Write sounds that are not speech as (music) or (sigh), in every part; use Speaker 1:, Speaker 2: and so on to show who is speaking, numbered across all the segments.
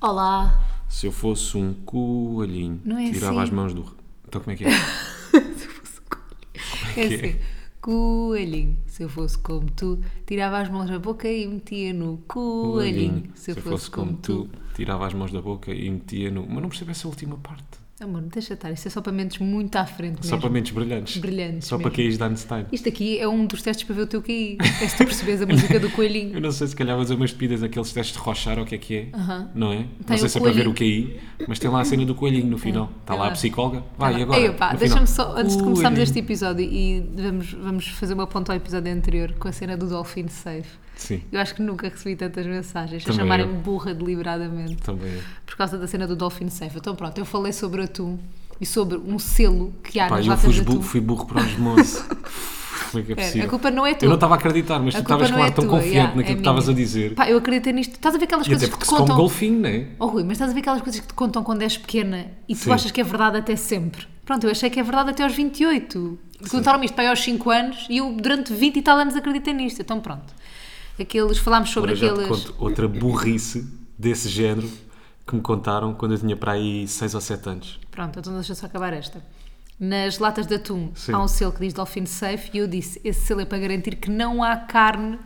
Speaker 1: Olá.
Speaker 2: Se eu fosse um coelhinho,
Speaker 1: Não é
Speaker 2: tirava
Speaker 1: assim.
Speaker 2: as mãos do. Então como é que é?
Speaker 1: É
Speaker 2: (laughs) que é?
Speaker 1: assim. Coelhinho, se eu fosse como tu, tirava as mãos da boca e metia no (laughs) coelhinho.
Speaker 2: Se eu fosse como tu, tirava as mãos da boca e metia no. Mas não percebo essa última parte.
Speaker 1: Amor, deixa estar, isto é só para mentes muito à frente
Speaker 2: Só
Speaker 1: mesmo.
Speaker 2: para mentes brilhantes.
Speaker 1: Brilhantes
Speaker 2: Só
Speaker 1: mesmo.
Speaker 2: para caís de Einstein.
Speaker 1: Isto aqui é um dos testes para ver o teu QI. É se tu percebes a música do coelhinho.
Speaker 2: Eu não sei se calhar vou fazer umas pedidas naqueles testes de rochar ou o que é que é.
Speaker 1: Aham.
Speaker 2: Não é?
Speaker 1: Tem
Speaker 2: não sei
Speaker 1: o
Speaker 2: se é para ver
Speaker 1: coelhinho.
Speaker 2: o QI, mas tem lá a cena do coelhinho no final. Está
Speaker 1: tem
Speaker 2: lá a
Speaker 1: lá.
Speaker 2: psicóloga. (laughs)
Speaker 1: Tá
Speaker 2: Vai, e
Speaker 1: bem.
Speaker 2: agora?
Speaker 1: Epá,
Speaker 2: No
Speaker 1: deixa-me
Speaker 2: final.
Speaker 1: só, antes de começarmos
Speaker 2: Coelhinho.
Speaker 1: este tipo episódio e vamos, vamos fazer uma ponta ao episódio anterior com a cena do Dolphin Safe.
Speaker 2: Sim,
Speaker 1: Eu acho que nunca recebi tantas mensagens
Speaker 2: Também
Speaker 1: a chamarem-me
Speaker 2: eu.
Speaker 1: burra deliberadamente
Speaker 2: também. é.
Speaker 1: por causa da cena do Dolphin Safe. Então pronto, eu falei sobre atum e sobre um selo que há
Speaker 2: Pá,
Speaker 1: nas
Speaker 2: eu
Speaker 1: latas
Speaker 2: fui,
Speaker 1: de
Speaker 2: bu-
Speaker 1: atum.
Speaker 2: fui burro para
Speaker 1: (laughs)
Speaker 2: os moços. Como é que é
Speaker 1: Pera,
Speaker 2: possível?
Speaker 1: a culpa não é
Speaker 2: Eu não
Speaker 1: tua.
Speaker 2: estava a acreditar, mas
Speaker 1: A
Speaker 2: tu
Speaker 1: culpa
Speaker 2: estavas,
Speaker 1: não
Speaker 2: claro,
Speaker 1: é
Speaker 2: tão
Speaker 1: tua,
Speaker 2: confiante
Speaker 1: yeah, é
Speaker 2: naquilo que estavas a
Speaker 1: minha.
Speaker 2: dizer.
Speaker 1: Pá, eu acreditei nisto. Estás a ver aquelas
Speaker 2: e
Speaker 1: coisas
Speaker 2: até
Speaker 1: que
Speaker 2: porque
Speaker 1: te
Speaker 2: se come
Speaker 1: contam.
Speaker 2: golfinho, não é?
Speaker 1: Oh Rui, mas estás a ver aquelas coisas que te contam quando és pequena e tu
Speaker 2: Sim.
Speaker 1: achas que é verdade até sempre. Pronto, eu achei que é verdade até aos 28. Contaram-me isto para aí aos 5 anos e eu durante 20 e tal anos acreditei nisto. Então pronto. Aqueles, falámos sobre
Speaker 2: Agora já te
Speaker 1: aqueles.
Speaker 2: conto outra burrice desse género que me contaram quando eu tinha para aí 6 ou 7 anos.
Speaker 1: Pronto, então deixa só acabar esta. Nas latas de atum
Speaker 2: Sim.
Speaker 1: há um selo que diz Dolphin Safe e eu disse: esse selo é para garantir que não há carne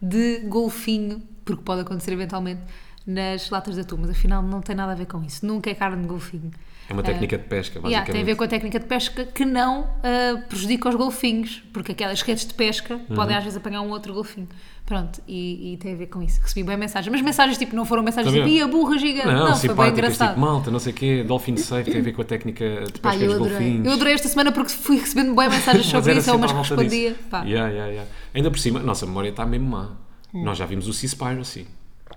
Speaker 1: de golfinho, porque pode acontecer eventualmente nas latas de atum, mas afinal não tem nada a ver com isso. Nunca é carne de golfinho.
Speaker 2: É uma técnica de pesca, basicamente.
Speaker 1: Yeah, tem a ver com a técnica de pesca que não ah, prejudica os golfinhos, porque aquelas redes de pesca
Speaker 2: Uhum.
Speaker 1: podem às vezes apanhar um outro golfinho. Pronto, e, e tem a ver com isso. Recebi bem mensagens, mas mensagens tipo não foram mensagens
Speaker 2: Tá
Speaker 1: tipo,
Speaker 2: bem.
Speaker 1: e a burra gigante.
Speaker 2: Não,
Speaker 1: Não, foi bem
Speaker 2: simpáticas,
Speaker 1: engraçado.
Speaker 2: tipo malta, não sei o quê, dolphin safe, tem a ver com a técnica de
Speaker 1: Pá,
Speaker 2: pesca
Speaker 1: eu
Speaker 2: dos
Speaker 1: adorei.
Speaker 2: golfinhos.
Speaker 1: Eu adorei esta semana porque fui recebendo bem mensagens
Speaker 2: Mas
Speaker 1: sobre
Speaker 2: era
Speaker 1: isso, ou
Speaker 2: sempre
Speaker 1: umas
Speaker 2: à
Speaker 1: que
Speaker 2: volta
Speaker 1: respondia.
Speaker 2: disso.
Speaker 1: Pá.
Speaker 2: Yeah, yeah, yeah. Ainda por cima, a nossa memória está mesmo má. Nós já vimos o Seaspiracy.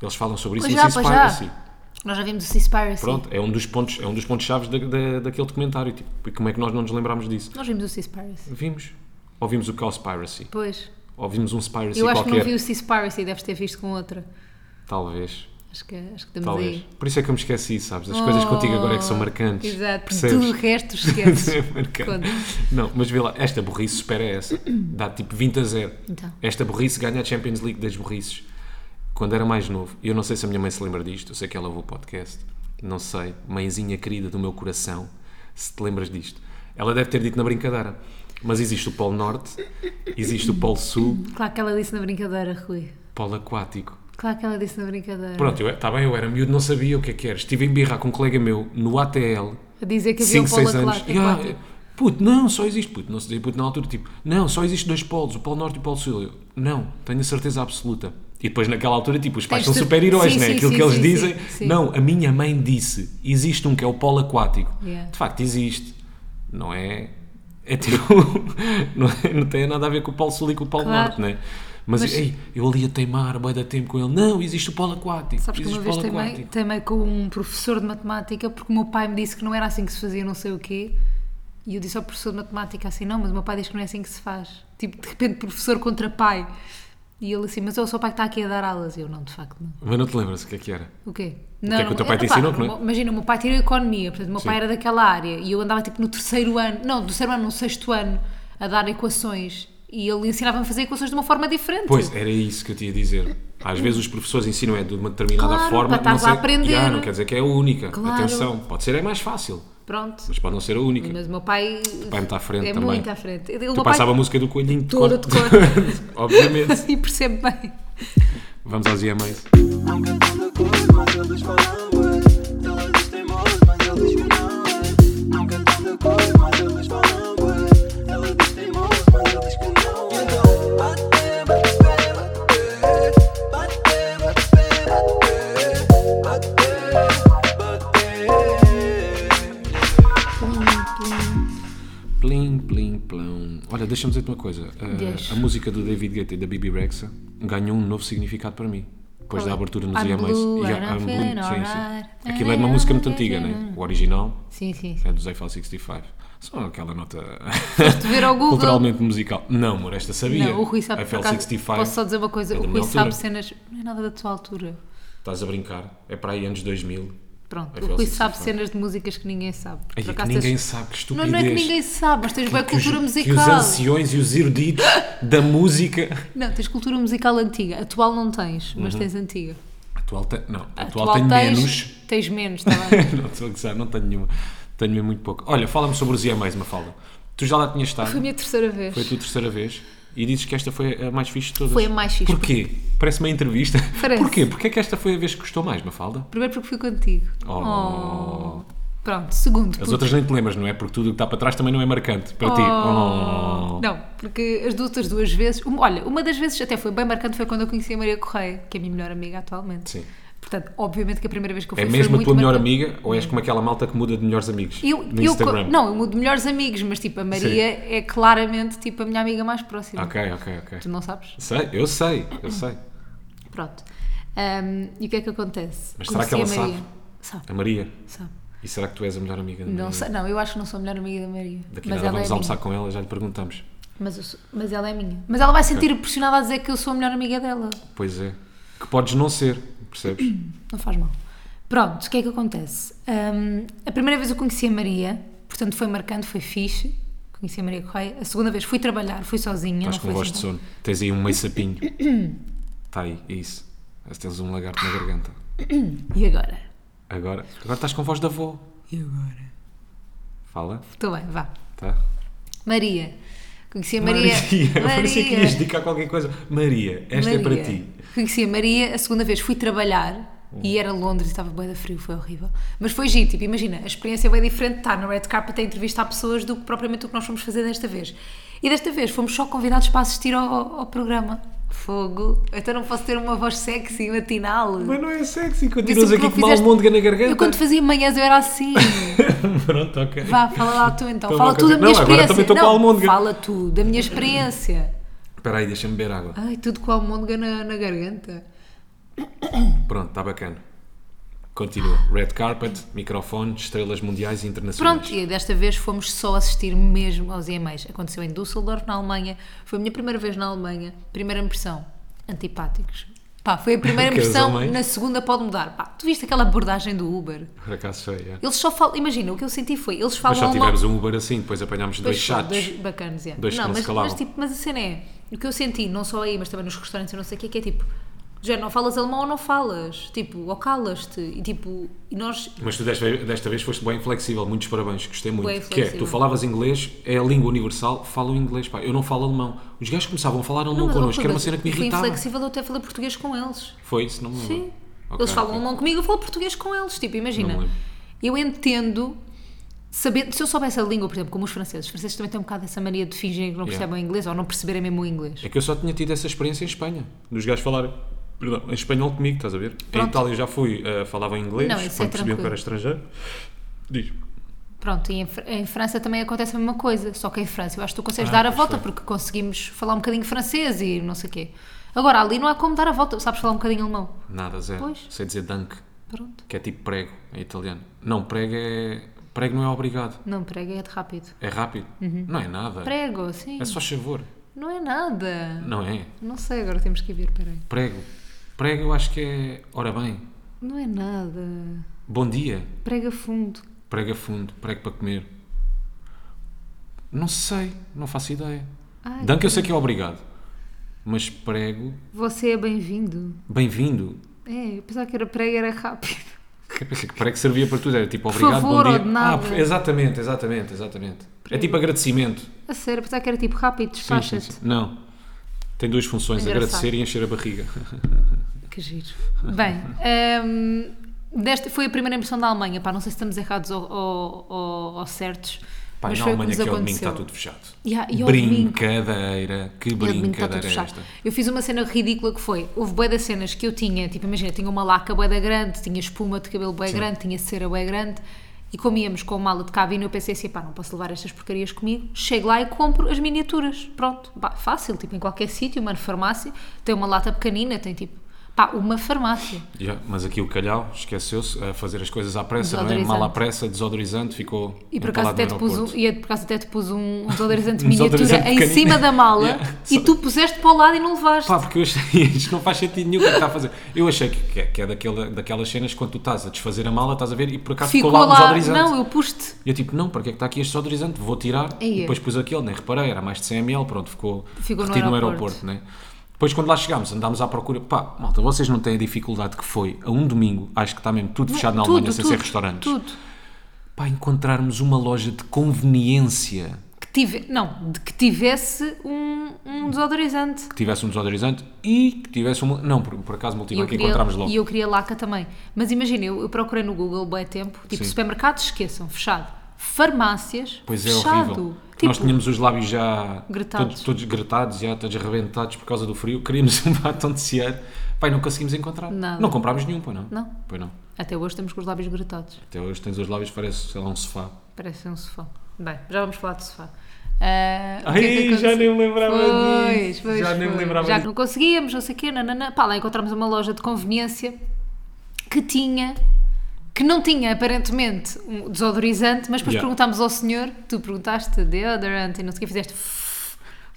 Speaker 2: Eles falam sobre isso
Speaker 1: Hum. Pois
Speaker 2: no
Speaker 1: já, pois já.
Speaker 2: Seaspiracy.
Speaker 1: Nós já vimos o Seaspiracy.
Speaker 2: Pronto, é um dos pontos, é um dos pontos chaves da, da- daquele documentário. Tipo, e como é que nós não nos lembrámos disso?
Speaker 1: Nós vimos o Seaspiracy.
Speaker 2: Vimos. Ou vimos o Cowspiracy.
Speaker 1: Pois.
Speaker 2: Ou vimos um Spiracy
Speaker 1: Eu acho que
Speaker 2: qualquer.
Speaker 1: não vi o Seaspiracy, deves ter visto com outra.
Speaker 2: Talvez.
Speaker 1: Acho que, acho que estamos
Speaker 2: Talvez.
Speaker 1: aí.
Speaker 2: Por isso é que eu me esqueci, sabes? As
Speaker 1: Oh,
Speaker 2: coisas contigo agora é que são marcantes.
Speaker 1: Exato, porque tudo o
Speaker 2: Percebes?
Speaker 1: resto esqueces.
Speaker 2: (laughs) É marcante.
Speaker 1: Conta.
Speaker 2: Não, mas vê lá, esta burrice supera essa. Dá tipo 20 a 0.
Speaker 1: Então.
Speaker 2: Esta burrice ganha a Champions League das burrices. Quando era mais novo, e eu não sei se a minha mãe se lembra disto, eu sei que ela ouve o podcast, não sei, mãezinha querida do meu coração, se te lembras disto. Ela deve ter dito na brincadeira, mas existe o Polo Norte, existe o Polo Sul,
Speaker 1: Claro que ela disse na brincadeira, Rui.
Speaker 2: Polo Aquático.
Speaker 1: Claro que ela disse na brincadeira.
Speaker 2: Pronto, está bem, eu era miúdo, não sabia o que é que era. Estive em birra com um colega meu no ATL,
Speaker 1: A dizer que havia
Speaker 2: 5,
Speaker 1: um polo
Speaker 2: 6 anos.
Speaker 1: aquático.
Speaker 2: Ya,
Speaker 1: aquático.
Speaker 2: puto, não, só existe, puto, não se dizia puto na altura, tipo, não, só existe dois polos, o Polo Norte e o Polo Sul. Eu, não, tenho a certeza absoluta. E depois naquela altura, tipo, os pais
Speaker 1: Tens
Speaker 2: são
Speaker 1: cer-
Speaker 2: super-heróis,
Speaker 1: Sim,
Speaker 2: né?
Speaker 1: sim,
Speaker 2: Aquilo
Speaker 1: sim,
Speaker 2: que eles
Speaker 1: sim,
Speaker 2: dizem.
Speaker 1: sim, sim.
Speaker 2: Não, a minha mãe disse, existe um que é o polo aquático.
Speaker 1: Yeah.
Speaker 2: De facto, existe. Não é. É tipo. (laughs) não, é- não tem nada a ver com o Polo Sul e com o Polo
Speaker 1: Claro.
Speaker 2: Norte, né? Mas,
Speaker 1: Mas-
Speaker 2: ei, eu ali a teimar, boi da tempo com ele. Não, existe o Polo Aquático.
Speaker 1: Sabes que
Speaker 2: existe
Speaker 1: uma
Speaker 2: o
Speaker 1: vez
Speaker 2: polo
Speaker 1: também,
Speaker 2: aquático.
Speaker 1: também com um professor de matemática, porque o meu pai me disse que não era assim que se fazia não sei o quê, e eu disse ao professor de matemática assim, não, mas o meu pai diz que não é assim que se faz. Tipo, de repente, professor contra pai. E ele assim, mas eu sou o pai que está aqui a dar aulas. E eu, não, de facto, não.
Speaker 2: Mas não te lembras o que é que era?
Speaker 1: O quê?
Speaker 2: que é que o teu pai te ensinou, que não é?
Speaker 1: Imagina, o meu pai tirou economia, portanto, o meu pai
Speaker 2: Sim.
Speaker 1: era daquela área, e eu andava tipo no terceiro ano, não, do terceiro ano, no sexto ano, a dar equações, e ele ensinava-me a fazer equações de uma forma diferente.
Speaker 2: Pois, era isso que eu te ia dizer. Às vezes os professores ensinam é de uma determinada
Speaker 1: Claro, para
Speaker 2: forma.
Speaker 1: estares
Speaker 2: não sei-
Speaker 1: a aprender.
Speaker 2: Ya, não quer dizer que é a única.
Speaker 1: Claro.
Speaker 2: Atenção, pode ser é mais fácil,
Speaker 1: Pronto.
Speaker 2: mas pode não ser a única.
Speaker 1: Mas o meu pai.
Speaker 2: pai muito à frente
Speaker 1: é
Speaker 2: também.
Speaker 1: muito à frente. Ele- O
Speaker 2: Tu
Speaker 1: meu
Speaker 2: passava
Speaker 1: pai
Speaker 2: a música do Coelhinho
Speaker 1: todo de
Speaker 2: cor.
Speaker 1: cor.
Speaker 2: (laughs) Obviamente.
Speaker 1: (laughs) e percebe bem.
Speaker 2: Vamos aos EMAs.
Speaker 3: Nunca tendo cor, mas eles falam ué. Eles têm voz, mas eles me não é. Nunca tendo cor, mas eles falam ué. Eles têm voz, mas eles me não é. Então, bate, bate, bate, bate, bate, bate, bate, bate.
Speaker 2: Plim, plim, plão. Olha, deixa-me dizer-te uma coisa. Uh,
Speaker 1: Deixa.
Speaker 2: a música do David Guetta e da Bibi Rexa ganhou um novo significado para mim. Depois
Speaker 1: Qual
Speaker 2: da
Speaker 1: é?
Speaker 2: abertura nos
Speaker 1: I'm
Speaker 2: EMAs.
Speaker 1: blue,
Speaker 2: Ya,
Speaker 1: I'm
Speaker 2: I'm blue,
Speaker 1: feeling
Speaker 2: sim,
Speaker 1: alright.
Speaker 2: sim. Aquilo é uma música muito antiga, né? O original
Speaker 1: Sim, sim.
Speaker 2: é dos Eiffel 65. Só aquela nota
Speaker 1: Foste ver ao Google.
Speaker 2: culturalmente musical. Não, amor, esta sabia.
Speaker 1: Não, o Rui sabe por
Speaker 2: Eiffel
Speaker 1: acaso,
Speaker 2: 65.
Speaker 1: Posso só dizer uma coisa?
Speaker 2: é da
Speaker 1: o Rui
Speaker 2: minha altura.
Speaker 1: sabe cenas. Não é nada da tua altura.
Speaker 2: Estás a brincar? É para aí anos 2000.
Speaker 1: Pronto,
Speaker 2: Eiffel
Speaker 1: o Rui
Speaker 2: 65.
Speaker 1: sabe cenas de músicas que ninguém sabe. Por
Speaker 2: Ai, é que
Speaker 1: acaso
Speaker 2: ninguém
Speaker 1: tens-
Speaker 2: sabe, que
Speaker 1: Não,
Speaker 2: estupidez.
Speaker 1: não é que ninguém sabe, mas tens boa
Speaker 2: que os-
Speaker 1: cultura
Speaker 2: que
Speaker 1: musical.
Speaker 2: os anciões e
Speaker 1: (laughs)
Speaker 2: os eruditos da música.
Speaker 1: Não, tens cultura musical antiga. Atual não tens, mas tens antiga.
Speaker 2: Uhum. Atual tem, não, atual
Speaker 1: Atual
Speaker 2: tem
Speaker 1: tens-
Speaker 2: menos (laughs)
Speaker 1: Tens menos, está bem?
Speaker 2: não estou a gozar, não tenho nenhuma. Tenho mesmo muito pouco. Olha, fala-me sobre os IMAs, Mafalda. Tu já lá tinhas estado,
Speaker 1: Foi a
Speaker 2: foi
Speaker 1: minha terceira vez.
Speaker 2: a tua terceira vez, e dizes que esta foi a mais fixe de todas.
Speaker 1: Foi a mais fixe.
Speaker 2: Porquê? Parece uma entrevista.
Speaker 1: (laughs) Parece.
Speaker 2: Porquê? Porquê é que esta foi a vez que gostou mais, Mafalda?
Speaker 1: Primeiro porque fui contigo.
Speaker 2: Oh.
Speaker 1: Oh. Pronto, segundo
Speaker 2: As
Speaker 1: porque...
Speaker 2: outras nem te lembras, não é? Porque tudo o que está para trás também não é marcante para ti.
Speaker 1: Oh.
Speaker 2: Oh.
Speaker 1: Não, porque as outras duas vezes. uma- olha, uma das vezes até foi bem marcante foi quando eu conheci a Maria Correia, que é a minha melhor amiga atualmente.
Speaker 2: Sim.
Speaker 1: Portanto, obviamente que a primeira vez que eu fui
Speaker 2: É
Speaker 1: foi
Speaker 2: mesmo a
Speaker 1: muito
Speaker 2: tua melhor
Speaker 1: marcante.
Speaker 2: amiga ou és como aquela malta que muda de melhores amigos
Speaker 1: Eu,
Speaker 2: no
Speaker 1: eu co-
Speaker 2: Instagram?
Speaker 1: não, eu mudo melhores amigos, mas tipo, a Maria é claramente tipo a minha amiga mais próxima.
Speaker 2: Ok, ok, ok.
Speaker 1: Tu não sabes?
Speaker 2: Sei, eu sei, eu sei.
Speaker 1: Pronto. Ahm, e o que é que acontece?
Speaker 2: Mas será que
Speaker 1: Conheci
Speaker 2: ela
Speaker 1: a Maria. Sabe,
Speaker 2: A Maria.
Speaker 1: sabe.
Speaker 2: E será que tu és a melhor amiga da
Speaker 1: Não,
Speaker 2: Maria?
Speaker 1: sei- não, eu acho que não sou a melhor amiga da Maria.
Speaker 2: Hum. Daqui a
Speaker 1: mas
Speaker 2: nada
Speaker 1: ela
Speaker 2: vamos
Speaker 1: é
Speaker 2: almoçar
Speaker 1: minha.
Speaker 2: com ela, já lhe perguntamos.
Speaker 1: Mas, eu sou- mas ela é minha. Mas ela vai sentir pressionada a dizer que eu sou a melhor amiga dela.
Speaker 2: Pois é. Que podes não ser, percebes?
Speaker 1: Não faz mal. Pronto, o que é que acontece? Hum, a primeira vez eu conheci a Maria, portanto foi marcante, foi fixe. Conheci a Maria Correia. A segunda vez fui trabalhar, fui sozinha.
Speaker 2: Estás
Speaker 1: não
Speaker 2: com
Speaker 1: foi
Speaker 2: voz
Speaker 1: assim
Speaker 2: de sono. Tens aí um meio sapinho. Está aí, é isso. Mas Tens um lagarto na garganta.
Speaker 1: tão- E agora?
Speaker 2: Agora, agora estás com voz da avó.
Speaker 1: E agora?
Speaker 2: Fala,
Speaker 1: Estou bem, vá.
Speaker 2: tá?
Speaker 1: Maria. Conheci a
Speaker 2: (laughs)
Speaker 1: Maria.
Speaker 2: Parecia que ias dedicar qualquer coisa. Maria, esta é para
Speaker 1: Maria.
Speaker 2: ti. Hum.
Speaker 1: Conheci a Maria, a segunda vez fui trabalhar e era Londres e estava bem da frio, foi horrível. Mas foi giro, tipo, imagina, a experiência é bem diferente de estar no Red Carpet a entrevistar pessoas do que propriamente o que nós fomos fazer desta vez. E desta vez fomos só convidados para assistir ao, ao- ao programa. Fogo, então não posso ter uma voz sexy matinal.
Speaker 2: Mas não é sexy,
Speaker 1: Mas
Speaker 2: continuas
Speaker 1: tu que
Speaker 2: aqui
Speaker 1: não
Speaker 2: com mal
Speaker 1: fizeste-
Speaker 2: almôndega é na garganta.
Speaker 1: Eu quando fazia manhãs eu era
Speaker 2: (laughs)
Speaker 1: assim.
Speaker 2: Pronto, ok.
Speaker 1: Vá, fala lá tu então.
Speaker 2: Então
Speaker 1: fala
Speaker 2: vá,
Speaker 1: tu da minha
Speaker 2: continua. Não, agora
Speaker 1: experiência.
Speaker 2: também estou com a
Speaker 1: não,
Speaker 2: almôndega.
Speaker 1: fala tu da minha experiência.
Speaker 2: Espera aí, deixa-me beber água.
Speaker 1: Ai, tudo com a almôndega é na, na garganta. Ah.
Speaker 2: Pronto, está bacana. Continua. Red carpet, microfone, estrelas mundiais e internacionais.
Speaker 1: Pronto, e desta vez fomos só assistir mesmo aos EMAs. Aconteceu em Düsseldorf, na Alemanha. Foi a minha primeira vez na Alemanha. Primeira impressão, antipáticos. Pá, foi a
Speaker 2: (laughs)
Speaker 1: primeira
Speaker 2: Porque os
Speaker 1: impressão,
Speaker 2: alemães-
Speaker 1: na segunda pode mudar. Pá, tu viste aquela abordagem do Uber?
Speaker 2: Por acaso foi, é.
Speaker 1: Eles só falam, imagina, o que eu senti foi, eles falam
Speaker 2: Mas só
Speaker 1: ao
Speaker 2: tivemos um Uber assim, depois apanhámos dois
Speaker 1: Pois foi,
Speaker 2: chatos.
Speaker 1: Dois bacanas, é.
Speaker 2: Dois que
Speaker 1: não,
Speaker 2: não se
Speaker 1: mas,
Speaker 2: calavam.
Speaker 1: mas, tipo, mas a cena é, o que eu senti, não só aí, mas também nos restaurantes, eu não sei o que é, que é tipo, já não falas alemão ou não falas? Tipo, ou calas-te? E tipo, e nós
Speaker 2: Mas tu desta, desta vez foste bem flexível, muitos parabéns, gostei muito.
Speaker 1: Bem
Speaker 2: que é,
Speaker 1: flexível.
Speaker 2: tu falavas inglês, é a língua universal, falam inglês, pá. Eu não falo alemão. Os gajos começavam a falar alemão
Speaker 1: mas, opa,
Speaker 2: connosco, que era uma
Speaker 1: mas
Speaker 2: cena que me
Speaker 1: eu fui
Speaker 2: irritava.
Speaker 1: inflexível, eu até falei português com eles.
Speaker 2: Foi isso, não me lembro.
Speaker 1: Sim.
Speaker 2: Ok,
Speaker 1: eles falam
Speaker 2: ok.
Speaker 1: alemão comigo, eu falo português com eles. Tipo,
Speaker 2: Não
Speaker 1: imagina.
Speaker 2: me lembro.
Speaker 1: Eu entendo, sabendo, se eu soubesse a língua, por exemplo, como os franceses, os franceses também têm um bocado essa mania de fingirem que não
Speaker 2: Yeah.
Speaker 1: percebem o inglês ou não perceberem mesmo o inglês.
Speaker 2: É que eu só tinha tido essa experiência em Espanha, dos gajos falarem. Perdão, em espanhol comigo, estás a ver? Em
Speaker 1: Pronto.
Speaker 2: Itália já fui, eh, falava inglês,
Speaker 1: Não, isso
Speaker 2: quando
Speaker 1: é
Speaker 2: percebiam que
Speaker 1: tranquilo.
Speaker 2: era estrangeiro. Diz.
Speaker 1: Pronto, e em, Fr- em França também acontece a mesma coisa, só que em França eu acho que tu consegues
Speaker 2: Ah,
Speaker 1: dar a
Speaker 2: pois
Speaker 1: volta
Speaker 2: foi.
Speaker 1: porque conseguimos falar um bocadinho francês e não sei o quê. Agora, ali não há como dar a volta, sabes falar um bocadinho alemão.
Speaker 2: Nada, zero.
Speaker 1: Pois.
Speaker 2: Sei dizer dunk,
Speaker 1: Pronto.
Speaker 2: que é tipo prego em italiano. Não, prego é. Prego não é obrigado.
Speaker 1: Não, prego é de rápido.
Speaker 2: É rápido. Não é nada.
Speaker 1: Uhum. Prego, sim.
Speaker 2: É só favor.
Speaker 1: Não é nada.
Speaker 2: Não é.
Speaker 1: Não sei, agora temos que ver, peraí.
Speaker 2: Prego. Prego eu acho que é. Ora bem.
Speaker 1: Não é nada.
Speaker 2: Bom dia.
Speaker 1: Prega fundo.
Speaker 2: Prego a fundo. Prego para comer. Não sei. Não faço ideia.
Speaker 1: Ai,
Speaker 2: Dunk eu sei que é obrigado. Mas prego.
Speaker 1: Você é bem-vindo.
Speaker 2: Bem-vindo. (laughs)
Speaker 1: É, eu pensava que era prega, era rápido.
Speaker 2: Prego servia para tudo. Era tipo obrigado,
Speaker 1: favor,
Speaker 2: bom
Speaker 1: ou
Speaker 2: dia.
Speaker 1: de nada.
Speaker 2: Ah, exatamente, exatamente, exatamente. É tipo agradecimento.
Speaker 1: A sério, eu pensava que era tipo rápido,
Speaker 2: Sim, sim, sim.
Speaker 1: despacha-te.
Speaker 2: Não. Tem duas funções,
Speaker 1: Engraçado.
Speaker 2: agradecer e encher a
Speaker 1: (laughs)
Speaker 2: barriga.
Speaker 1: Que giro. Bem, hum, desta foi a primeira impressão da Alemanha. Pá, não sei se estamos errados ou, ou- ou- ou certos.
Speaker 2: Pá,
Speaker 1: mas
Speaker 2: na
Speaker 1: foi o que
Speaker 2: Alemanha
Speaker 1: nos
Speaker 2: que é o domingo
Speaker 1: aconteceu.
Speaker 2: está tudo fechado.
Speaker 1: E há- e ao domingo-
Speaker 2: brincadeira, que
Speaker 1: E ao domingo está
Speaker 2: brincadeira
Speaker 1: tudo
Speaker 2: é
Speaker 1: fechado.
Speaker 2: esta?
Speaker 1: Eu fiz uma cena ridícula que foi, houve bué das cenas que eu tinha, tipo, imagina, tinha uma laca bué da grande, tinha espuma de cabelo bué grande, tinha cera bué grande, e comíamos com mala de cabine, eu pensei assim, pá, não posso levar estas porcarias comigo, chego lá e compro as miniaturas, pronto, pá, fácil, tipo, em qualquer sítio, uma farmácia, tem uma lata pequenina, tem tipo, pá, uma farmácia.
Speaker 2: Já, mas aqui o calhau esqueceu-se a fazer as coisas à pressa, não é?
Speaker 1: Desodorizante.
Speaker 2: Mal à pressa, desodorizante, ficou.
Speaker 1: E por acaso,
Speaker 2: empalado
Speaker 1: até
Speaker 2: no
Speaker 1: te pus um,
Speaker 2: aeroporto.
Speaker 1: e por acaso até te pus um, um desodorizante
Speaker 2: (laughs) Um
Speaker 1: miniatura
Speaker 2: desodorizante
Speaker 1: em
Speaker 2: pequenino.
Speaker 1: cima da mala
Speaker 2: (laughs) Yeah.
Speaker 1: e
Speaker 2: Só-
Speaker 1: tu puseste para o lado e não levaste.
Speaker 2: Pá, porque eu achei, (laughs) isto não faz sentido nenhum o que é que está a fazer. Eu achei que, que é, que é daquela, daquelas cenas quando tu estás a desfazer a mala, estás a ver, e por acaso
Speaker 1: Ficou
Speaker 2: ficou lá o
Speaker 1: lá,
Speaker 2: desodorizante.
Speaker 1: não, eu pus-te.
Speaker 2: E eu tipo, não, para que é que está aqui este desodorizante? Vou tirar.
Speaker 1: Aí é.
Speaker 2: E depois pus aquele, nem reparei, era mais de 100 ml, pronto, ficou,
Speaker 1: Ficou no
Speaker 2: retido
Speaker 1: aeroporto.
Speaker 2: né? Depois, quando lá chegámos, andámos à procura. Pá, malta, vocês não têm a dificuldade que foi a um domingo, acho que está mesmo tudo fechado na
Speaker 1: Tudo,
Speaker 2: Alemanha, sem
Speaker 1: tudo,
Speaker 2: ser restaurantes.
Speaker 1: Tudo.
Speaker 2: Pá, encontrarmos uma loja de conveniência
Speaker 1: Que tive, não, de que tivesse um, um desodorizante.
Speaker 2: que tivesse um desodorizante e que tivesse um. Não, por, por
Speaker 1: E
Speaker 2: acaso,
Speaker 1: eu,
Speaker 2: multibanco que
Speaker 1: queria,
Speaker 2: encontramos logo.
Speaker 1: e eu queria laca também. Mas imagina, eu, eu procurei no Google bem tempo, tipo
Speaker 2: Sim.
Speaker 1: supermercados, esqueçam, fechado. Farmácias,
Speaker 2: Pois é,
Speaker 1: fechado.
Speaker 2: horrível.
Speaker 1: Tipo,
Speaker 2: Nós tínhamos os lábios já
Speaker 1: Gretados.
Speaker 2: Todos, todos gretados, já todos arrebentados por causa do frio. Queríamos (laughs) um batom de cear. Pai, não conseguimos encontrar.
Speaker 1: Nada.
Speaker 2: Não comprámos nenhum, pois não?
Speaker 1: Não.
Speaker 2: Pois não.
Speaker 1: Até hoje estamos com os lábios gretados.
Speaker 2: Até hoje tens os lábios, parece, sei lá, um sofá.
Speaker 1: Parece um sofá. Bem, já vamos falar de sofá. Ah, o
Speaker 2: Ai,
Speaker 1: que é que
Speaker 2: já
Speaker 1: aconteceu?
Speaker 2: nem me lembrava
Speaker 1: Pois,
Speaker 2: disso.
Speaker 1: pois,
Speaker 2: já nem me
Speaker 1: pois.
Speaker 2: lembrava
Speaker 1: Já que
Speaker 2: disso.
Speaker 1: não conseguíamos, não sei o quê, nananã. Pá, lá encontramos uma loja de conveniência que tinha, que não tinha aparentemente um desodorizante, mas depois
Speaker 2: Yeah.
Speaker 1: perguntámos ao senhor, tu perguntaste deodorante e não sei o quê, fizeste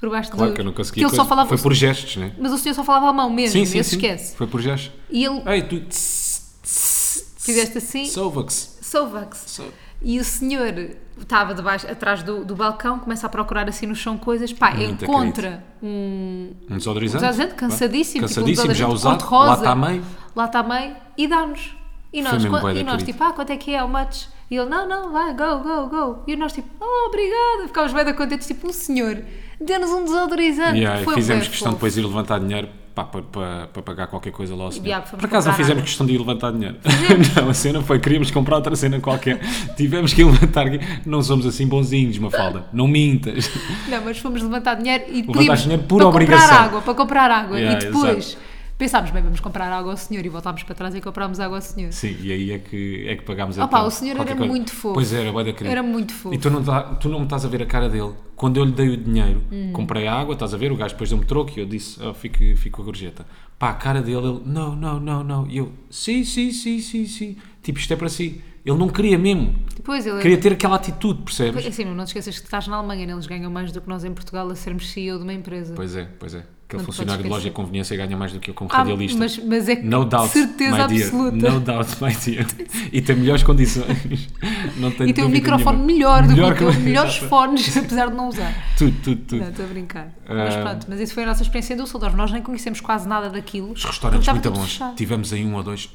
Speaker 1: por baixo
Speaker 2: Claro
Speaker 1: do...
Speaker 2: que eu não consegui.
Speaker 1: Que ele só
Speaker 2: coisa.
Speaker 1: falava...
Speaker 2: Foi por gestos, né?
Speaker 1: Mas o senhor só falava alemão mesmo, esse esquece.
Speaker 2: Foi por gestos.
Speaker 1: E ele,
Speaker 2: Ei, tu. tss, tss, tss,
Speaker 1: Fizeste assim?
Speaker 2: Sovax.
Speaker 1: Sovax.
Speaker 2: So-
Speaker 1: E o senhor estava debaixo, atrás do, do balcão, começa a procurar assim no chão coisas, pá,
Speaker 2: Muito
Speaker 1: encontra um
Speaker 2: Um desodorizante.
Speaker 1: desodorizante
Speaker 2: Vá.
Speaker 1: cansadíssimo, tipo um
Speaker 2: Cansadíssimo, já
Speaker 1: desodorizante
Speaker 2: usado.
Speaker 1: cor-de-rosa.
Speaker 2: Lá está a mãe.
Speaker 1: lá está meio, e dá-nos. E
Speaker 2: Foi
Speaker 1: nós,
Speaker 2: mesmo
Speaker 1: quan-
Speaker 2: bué da
Speaker 1: e nós
Speaker 2: querido.
Speaker 1: tipo, ah, quanto é que é, how much? E ele, não, não, vai, go, go, go. E nós tipo, oh, obrigada. Ficámos bem da contentes, tipo, um senhor, deu-nos um desodorizante.
Speaker 2: E aí
Speaker 1: Foi um
Speaker 2: fizemos
Speaker 1: bué
Speaker 2: questão
Speaker 1: fofo.
Speaker 2: de depois de ir levantar dinheiro pá, para, para, para pagar qualquer coisa lá ao senhor.
Speaker 1: Yeah, fomos
Speaker 2: Por acaso não
Speaker 1: comprar
Speaker 2: fizemos
Speaker 1: água.
Speaker 2: questão de ir levantar dinheiro. (laughs) não, a cena foi, queríamos comprar outra cena qualquer. (laughs) Tivemos que ir levantar dinheiro. Não somos assim bonzinhos, Mafalda. Não mintas.
Speaker 1: Não, mas fomos levantar dinheiro e
Speaker 2: Levantar
Speaker 1: pedimos
Speaker 2: dinheiro por
Speaker 1: para
Speaker 2: obrigação.
Speaker 1: comprar água, para comprar água.
Speaker 2: Yeah,
Speaker 1: e depois pensámos, bem, vamos comprar água ao senhor e voltámos para trás e comprámos água ao senhor.
Speaker 2: Sim, e aí é que, é que pagámos
Speaker 1: Opa,
Speaker 2: então
Speaker 1: o senhor
Speaker 2: qualquer
Speaker 1: era
Speaker 2: coisa.
Speaker 1: muito fofo.
Speaker 2: Pois era, bué da querido.
Speaker 1: Era muito fofo.
Speaker 2: E tu não, tá- tu não me estás a ver a cara dele. Quando eu lhe dei o dinheiro,
Speaker 1: Hum.
Speaker 2: comprei a água, estás a ver, o gajo depois deu-me troco e eu disse, oh, fico, fico com a gorjeta. Pá, a cara dele, ele, não, não, não, não. E eu, sim, sim, sim, sim, sim. Tipo, isto é para si. Ele não queria mesmo.
Speaker 1: Depois ele
Speaker 2: Queria ter aquela atitude, percebes?
Speaker 1: Assim, não te esqueças que estás na Alemanha, né? eles ganham mais do que nós em Portugal a sermos CEO de uma empresa.
Speaker 2: Pois é, pois é. Aquele
Speaker 1: Não te
Speaker 2: funcionário
Speaker 1: podes
Speaker 2: de loja
Speaker 1: esquecer.
Speaker 2: de conveniência ganha mais do que eu como
Speaker 1: Ah,
Speaker 2: radialista.
Speaker 1: mas, mas é
Speaker 2: No doubt,
Speaker 1: certeza
Speaker 2: my dear.
Speaker 1: absoluta.
Speaker 2: No doubt, my
Speaker 1: (laughs)
Speaker 2: dear. E tem melhores condições. Não tenho
Speaker 1: e tem um
Speaker 2: dúvida
Speaker 1: microfone melhor,
Speaker 2: nenhuma.
Speaker 1: do que o
Speaker 2: eu-
Speaker 1: teu, melhores
Speaker 2: Exato.
Speaker 1: fones, (laughs) apesar de não usar.
Speaker 2: Tudo, tudo, tudo.
Speaker 1: Não, estou a brincar. Mas
Speaker 2: Ah.
Speaker 1: pronto, mas isso foi a nossa experiência em Düsseldorf. Nós nem conhecemos quase nada daquilo.
Speaker 2: Os restaurantes
Speaker 1: Estava
Speaker 2: muito
Speaker 1: tudo
Speaker 2: bons.
Speaker 1: fechado.
Speaker 2: Tivemos aí um ou dois.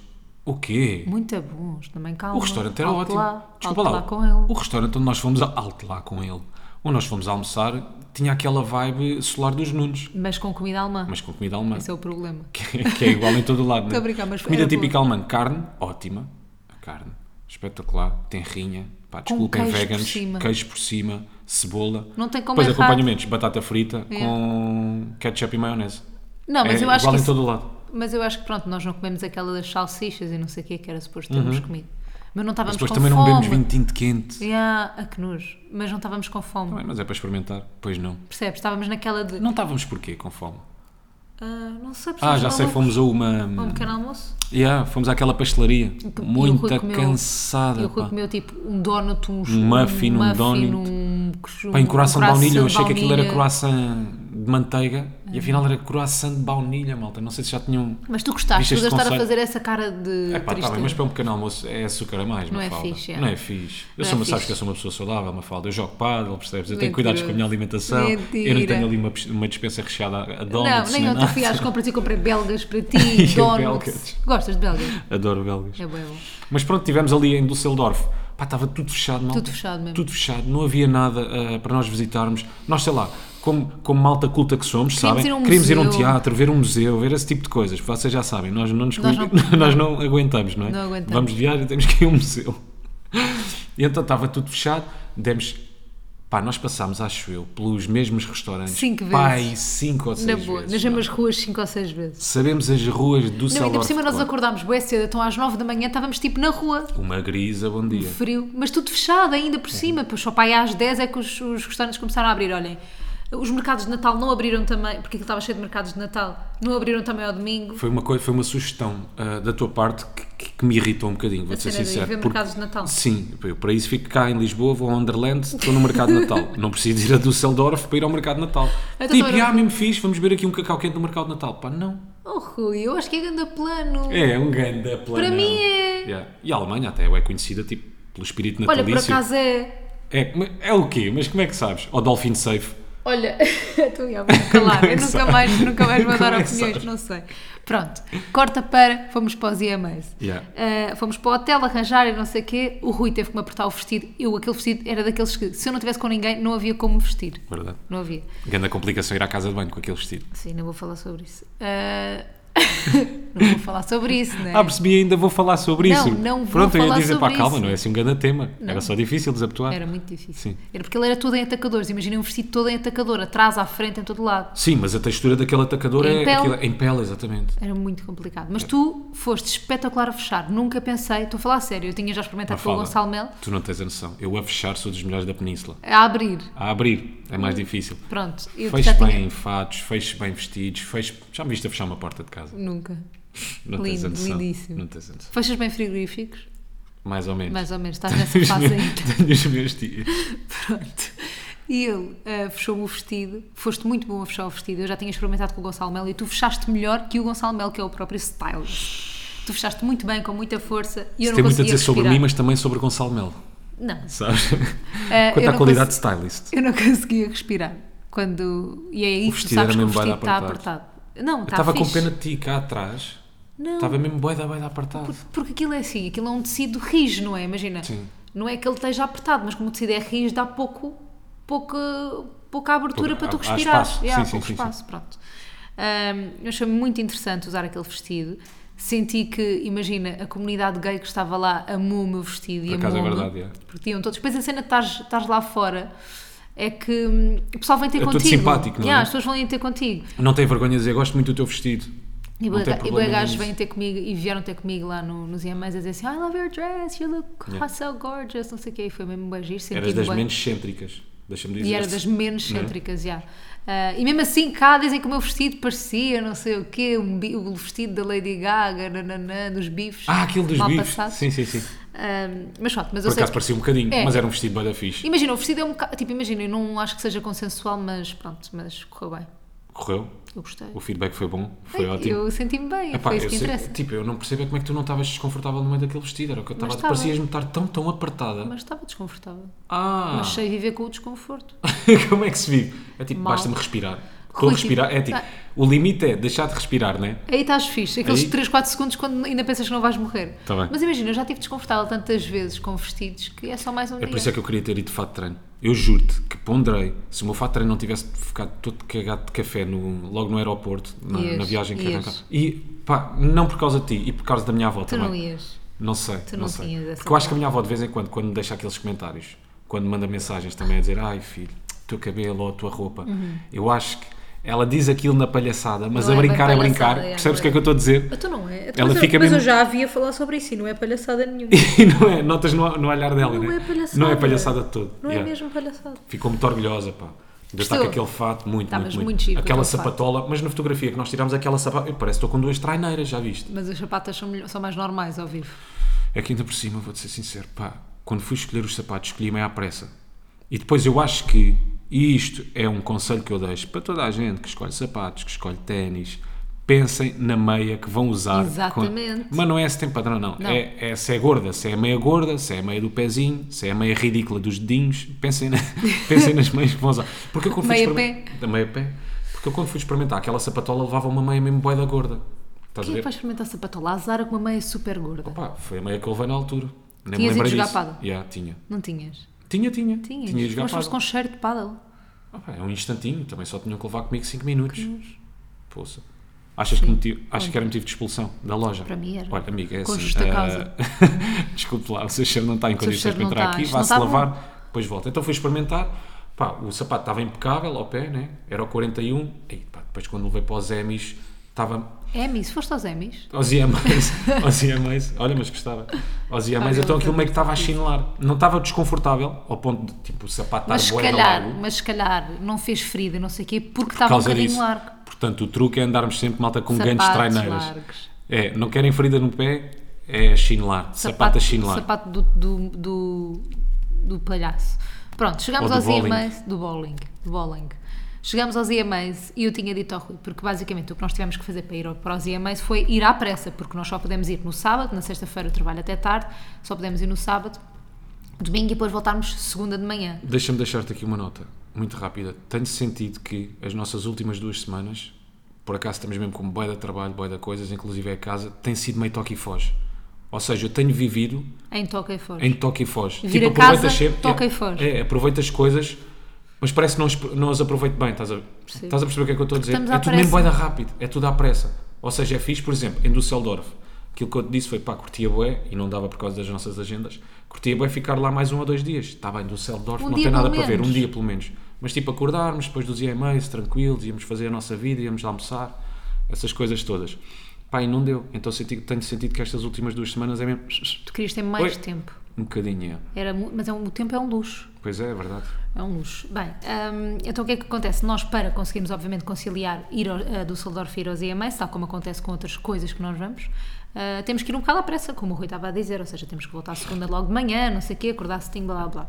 Speaker 2: O quê?
Speaker 1: Muito bons, também calma.
Speaker 2: O restaurante era
Speaker 1: Alto
Speaker 2: ótimo.
Speaker 1: Lá,
Speaker 2: Desculpa
Speaker 1: alto
Speaker 2: lá.
Speaker 1: lá com ele.
Speaker 2: O restaurante onde nós fomos, a- alto lá com ele, onde nós fomos almoçar, tinha aquela vibe solar dos Nunes,
Speaker 1: Mas com comida alemã.
Speaker 2: mas com comida alemã,
Speaker 1: Esse é o problema.
Speaker 2: (laughs) que, que é igual em todo o lado. né?
Speaker 1: Estou a brincar, mas
Speaker 2: comida
Speaker 1: era
Speaker 2: típica alemã, carne, ótima, a carne, espetacular, tem rinha, pá, desculpem
Speaker 1: queijo por
Speaker 2: veganos,
Speaker 1: cima.
Speaker 2: queijo por cima, cebola.
Speaker 1: Não tem como
Speaker 2: Depois
Speaker 1: errar. É.
Speaker 2: acompanhamentos, batata frita com ketchup e maionese.
Speaker 1: Não, mas
Speaker 2: é
Speaker 1: eu acho
Speaker 2: igual
Speaker 1: que
Speaker 2: em
Speaker 1: isso-
Speaker 2: todo o lado.
Speaker 1: Mas eu acho que pronto, nós não comemos aquela das salsichas e não sei o que é que era suposto termos comido. Mas não estávamos
Speaker 2: Uhum. Depois
Speaker 1: com
Speaker 2: também
Speaker 1: fome.
Speaker 2: não bebemos vinho tinto quente.
Speaker 1: Yeah, a que nojo. Mas não estávamos com fome.
Speaker 2: Bem, mas é para experimentar. Pois não.
Speaker 1: Percebes? Estávamos naquela de.
Speaker 2: Não estávamos porquê com fome?
Speaker 1: Ah, não sei,
Speaker 2: Ah,
Speaker 1: precisamos
Speaker 2: já
Speaker 1: de
Speaker 2: sei,
Speaker 1: um-
Speaker 2: fomos a
Speaker 1: Um
Speaker 2: uma.
Speaker 1: pequeno almoço.
Speaker 2: Yeah, fomos àquela pastelaria.
Speaker 1: que- e o
Speaker 2: Muita
Speaker 1: Rui comeu-
Speaker 2: cansada.
Speaker 1: E o Rui
Speaker 2: Ah, pá.
Speaker 1: comeu tipo um donut, um
Speaker 2: Um muffin, um donut.
Speaker 1: um,
Speaker 2: Pá, em croissant de baunilha, eu achei que aquilo era
Speaker 1: baunilha. É.
Speaker 2: croissant de manteiga e afinal era croissant de baunilha, malta. Não sei se já tinham.
Speaker 1: Mas tu gostaste, tu
Speaker 2: Viste este
Speaker 1: estar a
Speaker 2: conceito?
Speaker 1: fazer essa cara de.
Speaker 2: É pá, tá
Speaker 1: tristeza.
Speaker 2: bem, mas para um pequeno almoço é açúcar a mais,
Speaker 1: Não é
Speaker 2: Mafalda.
Speaker 1: fixe, é.
Speaker 2: Não é fixe. Eu
Speaker 1: Não
Speaker 2: sou
Speaker 1: é
Speaker 2: uma, sabes
Speaker 1: fixe.
Speaker 2: que eu sou uma pessoa saudável, Mafalda. Eu jogo paddle, percebes? Eu tenho cuidados com a minha
Speaker 1: Mentiroso.
Speaker 2: alimentação. Eu não
Speaker 1: Mentira.
Speaker 2: tenho ali uma, pes- uma dispensa recheada a
Speaker 1: Não,
Speaker 2: donuts,
Speaker 1: nem ontem
Speaker 2: nada.
Speaker 1: fui
Speaker 2: (laughs)
Speaker 1: às compras e comprei belgas para ti,
Speaker 2: E belgas.
Speaker 1: donuts. Gostas de belgas?
Speaker 2: (laughs) Adoro belgas.
Speaker 1: É bué bom.
Speaker 2: Mas pronto, estivemos ali em Düsseldorf. Pá, estava tudo fechado, malta.
Speaker 1: Tudo fechado mesmo.
Speaker 2: Tudo fechado, não havia nada ah, para nós visitarmos. Nós, sei lá, como, como malta culta que somos,
Speaker 1: Queríamos
Speaker 2: sabem?
Speaker 1: ir a um
Speaker 2: Queríamos ir a um
Speaker 1: museu.
Speaker 2: teatro, ver um museu, ver esse tipo de coisas. Vocês já sabem, nós não, nos
Speaker 1: Nós
Speaker 2: cuida-
Speaker 1: não-
Speaker 2: (laughs) nós não aguentamos, não é?
Speaker 1: Não aguentamos.
Speaker 2: Vamos de viagem, temos que ir a um museu. E então estava tudo fechado, demos. Pá, nós passámos, acho eu, pelos mesmos restaurantes.
Speaker 1: Cinco
Speaker 2: Pai,
Speaker 1: vezes.
Speaker 2: cinco ou seis
Speaker 1: Na boa,
Speaker 2: vezes.
Speaker 1: nas
Speaker 2: não. é?
Speaker 1: mesmas ruas cinco ou seis vezes.
Speaker 2: Sabemos as ruas
Speaker 1: Não,
Speaker 2: do
Speaker 1: ainda por
Speaker 2: Düsseldorf.
Speaker 1: cima nós
Speaker 2: claro.
Speaker 1: acordámos bué cedo, então às nove da manhã estávamos tipo na rua,
Speaker 2: Uma grisa, bom dia.
Speaker 1: frio, mas tudo fechado ainda
Speaker 2: Uhum.
Speaker 1: por cima. Pois só para aí às 10 é que os, os restaurantes começaram a abrir. Olhem, os mercados de Natal não abriram também, porque aquilo estava cheio de mercados de Natal, não abriram também ao domingo.
Speaker 2: Foi uma, coisa, foi uma sugestão ah, da tua parte que, que- que me irritou um bocadinho, vou
Speaker 1: A
Speaker 2: te ser
Speaker 1: cena de
Speaker 2: sincero.
Speaker 1: ver mercados de Natal.
Speaker 2: Sim, eu para isso fico cá em Lisboa, vou ao Underland, estou no mercado de
Speaker 1: (laughs)
Speaker 2: Natal. não preciso ir a Düsseldorf para ir ao mercado de Natal.
Speaker 1: Então
Speaker 2: tipo,
Speaker 1: também não-
Speaker 2: ah, mesmo fixe, vamos beber aqui um cacau quente no mercado de Natal. Pá, não.
Speaker 1: Oh Rui, eu acho que é grande plano.
Speaker 2: É, um grande plano.
Speaker 1: Para mim é.
Speaker 2: Yeah. E a Alemanha até é conhecida tipo, pelo espírito
Speaker 1: Olha, por
Speaker 2: natalício.
Speaker 1: acaso é.
Speaker 2: É, mas é o quê? Mas como é que sabes? Ou Dolphin Safe.
Speaker 1: (laughs) Olha, tu ia calar,
Speaker 2: (laughs)
Speaker 1: eu nunca
Speaker 2: Começar.
Speaker 1: mais, nunca mais vou dar
Speaker 2: Começar.
Speaker 1: opiniões, não sei. Pronto, corta para, fomos para os IMAs.
Speaker 2: Yeah.
Speaker 1: Uh, fomos para o hotel arranjar e não sei o quê. O Rui teve que me apertar o vestido. Eu, aquele vestido era daqueles que, se eu não tivesse com ninguém, não havia como me vestir.
Speaker 2: Verdade.
Speaker 1: Não havia.
Speaker 2: Grande complicação ir à casa de banho com aquele vestido.
Speaker 1: Sim, não vou falar sobre isso. Uh, (laughs) não vou falar sobre isso, né?
Speaker 2: Ah, percebi, ainda vou falar sobre
Speaker 1: Não,
Speaker 2: isso.
Speaker 1: não vou
Speaker 2: Pronto, eu
Speaker 1: falar
Speaker 2: ia dizer,
Speaker 1: sobre
Speaker 2: pá, calma,
Speaker 1: isso.
Speaker 2: não é assim um grande tema. Era só difícil desabotoar.
Speaker 1: Era muito difícil.
Speaker 2: Sim.
Speaker 1: Era porque ele era todo em atacadores. Imaginei um vestido todo em atacador, atrás, à frente, em todo lado.
Speaker 2: Sim, mas a textura daquele atacador
Speaker 1: Em
Speaker 2: é
Speaker 1: pele.
Speaker 2: aquilo- em pele, exatamente.
Speaker 1: Era muito complicado.
Speaker 2: É.
Speaker 1: Mas tu foste espetacular a fechar. Nunca pensei, estou a falar a sério, eu tinha já experimentado com o
Speaker 2: Mafalda,
Speaker 1: Gonçalo Mel
Speaker 2: Tu não tens a noção. Eu a fechar sou dos melhores da península.
Speaker 1: a abrir.
Speaker 2: A abrir é mais difícil.
Speaker 1: Pronto, Hum. eu que
Speaker 2: Fecho
Speaker 1: já
Speaker 2: bem
Speaker 1: tinha.
Speaker 2: em fatos, fecho bem vestidos, fecho... Já me viste a fechar uma porta de casa.
Speaker 1: Nunca.
Speaker 2: Não tens
Speaker 1: Lindo,
Speaker 2: a noção.
Speaker 1: lindíssimo.
Speaker 2: Não tens a noção.
Speaker 1: Fechas bem frigoríficos,
Speaker 2: Mais ou menos.
Speaker 1: mais ou menos, estás nessa
Speaker 2: (laughs) Tenho os
Speaker 1: fase
Speaker 2: meus-
Speaker 1: ainda.
Speaker 2: Tenho os meus dias.
Speaker 1: Pronto. E ele ah, fechou-me o vestido, foste muito bom a fechar o vestido. Eu já tinha experimentado com o Gonçalo Mel e tu fechaste melhor que o Gonçalo Mel, que é o próprio stylist. Tu fechaste muito bem, com muita força e eu não
Speaker 2: Tem muito a
Speaker 1: conseguia
Speaker 2: dizer sobre
Speaker 1: respirar.
Speaker 2: mim, mas também sobre Gonçalo Melo.
Speaker 1: Não,
Speaker 2: Sabes?
Speaker 1: Ah, eu
Speaker 2: Quanto à
Speaker 1: não Tá
Speaker 2: qualidade de
Speaker 1: consigo-
Speaker 2: stylist.
Speaker 1: Eu não conseguia respirar. Quando... E é aí que tu
Speaker 2: vestido
Speaker 1: sabes
Speaker 2: era
Speaker 1: que o
Speaker 2: mesmo bué de
Speaker 1: vestido está
Speaker 2: apertado.
Speaker 1: apertado. Não,
Speaker 2: Eu
Speaker 1: está
Speaker 2: estava com
Speaker 1: fixe.
Speaker 2: pena de ti cá atrás.
Speaker 1: Não,
Speaker 2: Estava mesmo boeda, boeda apartado.
Speaker 1: porque aquilo é assim, aquilo é um tecido rijo, não é? Imagina.
Speaker 2: Sim.
Speaker 1: Não é que ele esteja apertado, mas como o tecido é rijo, dá pouco, pouca, pouca abertura
Speaker 2: Pouco-
Speaker 1: para tu
Speaker 2: há- há
Speaker 1: respirar.
Speaker 2: espaço.
Speaker 1: É, há
Speaker 2: Sim, sim,
Speaker 1: pouco
Speaker 2: sim,
Speaker 1: espaço, pronto. Ahm, eu achei muito interessante usar aquele vestido. Senti que, imagina, a comunidade gay que estava lá amou o meu vestido e
Speaker 2: Por acaso é
Speaker 1: amou
Speaker 2: verdade, é.
Speaker 1: Porque tinham todos. Depois a cena de estás estás lá fora é que hum, o pessoal vem ter
Speaker 2: É todo
Speaker 1: contigo.
Speaker 2: simpático, não é?
Speaker 1: Yeah, As pessoas vêm ter contigo.
Speaker 2: Não tem vergonha de dizer, gosto muito do teu vestido.
Speaker 1: E
Speaker 2: Não
Speaker 1: bué
Speaker 2: tem
Speaker 1: ga- e
Speaker 2: problema
Speaker 1: bué gajos
Speaker 2: nenhum.
Speaker 1: vêm ter comigo e vieram ter comigo lá no, nos IMAs a dizer assim I love your dress, you look
Speaker 2: Yeah.
Speaker 1: so gorgeous, não sei o quê. E foi mesmo bem giro, senti
Speaker 2: Eras das
Speaker 1: bué.
Speaker 2: menos Uhum. cêntricas. Deixa-me dizer.
Speaker 1: E era das menos cêntricas, já. Ah, e mesmo assim cá dizem que o meu vestido parecia não sei o quê, um bi- o vestido da Lady Gaga, nananã, dos bifes.
Speaker 2: Ah, aquilo dos
Speaker 1: mal
Speaker 2: bifes.
Speaker 1: passados.
Speaker 2: Sim, sim, sim.
Speaker 1: Ah, mas pronto, mas
Speaker 2: Por
Speaker 1: eu sei
Speaker 2: acaso parecia um bocadinho,
Speaker 1: É.
Speaker 2: mas era um vestido boeda fixe.
Speaker 1: Imagina, o vestido é um bocado. Tipo, imagina, eu não acho que seja consensual, mas pronto, mas correu bem.
Speaker 2: Correu.
Speaker 1: Eu gostei.
Speaker 2: O feedback foi bom. Foi
Speaker 1: Ei,
Speaker 2: ótimo.
Speaker 1: Eu senti-me bem,
Speaker 2: Epá,
Speaker 1: foi isso
Speaker 2: eu
Speaker 1: que
Speaker 2: sei-
Speaker 1: interessa.
Speaker 2: tipo, eu não percebo é como é que tu não estavas desconfortável no meio daquele vestido. Era o que eu
Speaker 1: Mas
Speaker 2: estava.
Speaker 1: estava.
Speaker 2: Parecias-me estar tão, tão apertada.
Speaker 1: Mas estava desconfortável.
Speaker 2: Ah!
Speaker 1: Mas sei viver com o desconforto.
Speaker 2: (laughs) como é que se vive? É tipo,
Speaker 1: Mal.
Speaker 2: basta-me respirar. Estou
Speaker 1: Rui,
Speaker 2: a respirar.
Speaker 1: tipo,
Speaker 2: É tipo,
Speaker 1: tá.
Speaker 2: o limite é deixar de respirar, né?
Speaker 1: Aí estás fixe, aqueles
Speaker 2: Aí-
Speaker 1: 3, 4 segundos quando ainda pensas que não vais morrer.
Speaker 2: Tá bem.
Speaker 1: Mas imagina, eu já estive desconfortável tantas vezes com vestidos que é só mais um
Speaker 2: É
Speaker 1: dia.
Speaker 2: por isso é que eu queria ter ido de fato de treino. Eu juro-te que ponderei, se o meu fato de treino não tivesse ficado todo cagado de café no- logo no aeroporto, na,
Speaker 1: Ias,
Speaker 2: na viagem que
Speaker 1: ias.
Speaker 2: arrancava. E pá, não por causa de ti e por causa da minha avó
Speaker 1: Tu
Speaker 2: também.
Speaker 1: não ias.
Speaker 2: Não sei,
Speaker 1: não
Speaker 2: não, sei.
Speaker 1: tinhas essa
Speaker 2: Porque eu acho
Speaker 1: vontade.
Speaker 2: que a minha avó de vez em quando, quando deixa aqueles comentários, quando manda mensagens também a dizer ai filho, o teu cabelo ou a tua roupa, eu acho que ela diz aquilo na palhaçada, mas
Speaker 1: Uhum. Não
Speaker 2: a
Speaker 1: é bem
Speaker 2: brincar é brincar.
Speaker 1: palhaçada, é,
Speaker 2: Percebes o que
Speaker 1: não
Speaker 2: é que eu estou a dizer? (laughs)
Speaker 1: Então não é.
Speaker 2: Ela
Speaker 1: mas
Speaker 2: fica
Speaker 1: eu, mas
Speaker 2: mesmo-
Speaker 1: eu já havia falar sobre isso e não é palhaçada
Speaker 2: (laughs)
Speaker 1: nenhuma.
Speaker 2: E não é, notas no, no olhar dela,
Speaker 1: Não
Speaker 2: né?
Speaker 1: é palhaçada.
Speaker 2: Não é palhaçada de todo.
Speaker 1: Não é
Speaker 2: Yeah.
Speaker 1: mesmo palhaçada.
Speaker 2: Ficou muito orgulhosa, pá. De estar
Speaker 1: Gostou?
Speaker 2: com aquele fato, muito,
Speaker 1: Tá, mas
Speaker 2: muito, muito.
Speaker 1: muito giro com
Speaker 2: aquela
Speaker 1: aquele fato.
Speaker 2: sapatola, mas na fotografia que nós tiramos, aquela sapatola. Parece que estou com duas traineiras, já viste?
Speaker 1: Mas as sapatas são, melhor- são mais normais ao vivo.
Speaker 2: É que ainda por cima, vou-te ser sincero, pá. Quando fui escolher os sapatos, escolhi meio à pressa. E depois eu acho que, e isto é um conselho que eu deixo para toda a gente que escolhe sapatos, que escolhe ténis, pensem na meia que vão usar.
Speaker 1: Exatamente.
Speaker 2: Mas não é se tem padrão, não.
Speaker 1: Não.
Speaker 2: É, é se é gorda, se é a meia gorda, se é a meia do pezinho, se é a meia ridícula dos dedinhos. Pensem,
Speaker 1: (laughs)
Speaker 2: na- pensem nas meias que vão usar. Porque eu quando fui
Speaker 1: Meia
Speaker 2: experiment- Da meia pé. Porque eu quando fui experimentar aquela sapatola levava uma meia mesmo boeda gorda. Estás
Speaker 1: Quem é
Speaker 2: a ver?
Speaker 1: que vai experimentar sapatola? A Zara com uma meia super gorda.
Speaker 2: Pá, foi a meia que eu levei na altura. Nem
Speaker 1: Tinhas
Speaker 2: me lembrei
Speaker 1: ido jogar
Speaker 2: disso.
Speaker 1: pádel?
Speaker 2: Yeah, tinha.
Speaker 1: Não tinhas?
Speaker 2: Tinha, tinha.
Speaker 1: Tinhas.
Speaker 2: Tinha ido jogar
Speaker 1: mas foste
Speaker 2: pádel.
Speaker 1: com cheiro de pádel.
Speaker 2: Ah, pá, é um instantinho, também só tinham que levar comigo 5 minutos. Poça. Achas que, motivo, acho que era motivo de expulsão da loja?
Speaker 1: Para mim era.
Speaker 2: Olha, amiga, é
Speaker 1: Com
Speaker 2: assim.
Speaker 1: justa
Speaker 2: ah,
Speaker 1: causa.
Speaker 2: (laughs) desculpe lá, o seu cheiro não está em
Speaker 1: seu
Speaker 2: condições
Speaker 1: cheiro
Speaker 2: para
Speaker 1: não
Speaker 2: entrar
Speaker 1: está,
Speaker 2: aqui,
Speaker 1: isto não
Speaker 2: vá-se
Speaker 1: está bom.
Speaker 2: lavar, depois volta. Então fui experimentar, pá, o sapato estava impecável ao pé, né? Era o 41, e pá, depois quando levei para os Emis, estava
Speaker 1: Emis, foste aos Emis?
Speaker 2: aos (laughs) IAMAs, aos IAMAs, olha, mas gostava. Aos IAMAs,
Speaker 1: Olha,
Speaker 2: então aquilo
Speaker 1: mas
Speaker 2: meio que estava a chinelar. Não estava desconfortável, ao ponto de, tipo, o sapato
Speaker 1: Mas
Speaker 2: estar
Speaker 1: se
Speaker 2: bué de
Speaker 1: calhar,
Speaker 2: largo.
Speaker 1: mas se calhar não fez ferida, não sei o quê, porque estava um
Speaker 2: causa
Speaker 1: bocadinho
Speaker 2: disso.
Speaker 1: largo.
Speaker 2: Portanto, o truque é andarmos sempre malta com
Speaker 1: Sapatos
Speaker 2: grandes traineiras.
Speaker 1: largos.
Speaker 2: É, não querem ferida no pé, é chinelar. Sapato a chinelar.
Speaker 1: Sapato do, do, do, do palhaço. Pronto, chegámos
Speaker 2: Ou
Speaker 1: aos
Speaker 2: do bowling.
Speaker 1: IMAs do bowling, do bowling. Chegámos aos IMAs e eu tinha dito ao Rui, porque basicamente o que nós tivemos que fazer para ir ao- para os IMAs foi ir à pressa, porque nós só podemos ir no sábado, na sexta-feira eu trabalho até tarde, só podemos ir no sábado, domingo e depois voltarmos segunda de manhã.
Speaker 2: Deixa-me deixar-te aqui uma nota. muito rápida. Tenho sentido que as nossas últimas duas semanas, por acaso estamos mesmo com boia de trabalho, boia de coisas, inclusive a casa, tem sido meio toque e foge. Ou seja, eu tenho vivido
Speaker 1: Em toca e foge.
Speaker 2: em toque e foge.
Speaker 1: Vir a
Speaker 2: aproveitas
Speaker 1: casa, toca
Speaker 2: é,
Speaker 1: e foge.
Speaker 2: É, aproveita as coisas, mas parece que não, as- não as aproveito bem, estás a, estás a perceber o que é que eu estou a dizer?
Speaker 1: estamos à
Speaker 2: É tudo mesmo
Speaker 1: pressa.
Speaker 2: boeda rápido, é tudo à pressa. Ou seja, é fixe, por exemplo, em Düsseldorf. Aquilo que eu te disse foi, pá, curtia bué, e não dava por causa das nossas agendas, curtia bué ficar lá mais um ou dois dias. Está bem, Düsseldorf
Speaker 1: Um
Speaker 2: não
Speaker 1: dia
Speaker 2: tem nada
Speaker 1: pelo
Speaker 2: para ver, um
Speaker 1: menos.
Speaker 2: dia pelo menos. Mas tipo, acordarmos, depois dos e-mails, tranquilos, íamos fazer a nossa vida, íamos almoçar, essas coisas todas. Pá, e não deu. Então senti, tenho sentido que estas últimas duas semanas é mesmo...
Speaker 1: Tu querias ter mais
Speaker 2: Oi.
Speaker 1: tempo.
Speaker 2: Um bocadinho, é.
Speaker 1: Era, mu- mas é um- o tempo é um luxo.
Speaker 2: Pois é, é verdade.
Speaker 1: É um luxo. Bem, hum, então o que é que acontece? Nós, para conseguirmos, obviamente, conciliar ir ao- a Düsseldorf e ir aos EMAs, tal como acontece com outras coisas que nós vamos, ah, temos que ir um bocado à pressa, como o Rui estava a dizer, ou seja, temos que voltar à segunda logo de manhã, não sei o quê, acordar cedinho, blá blá blá.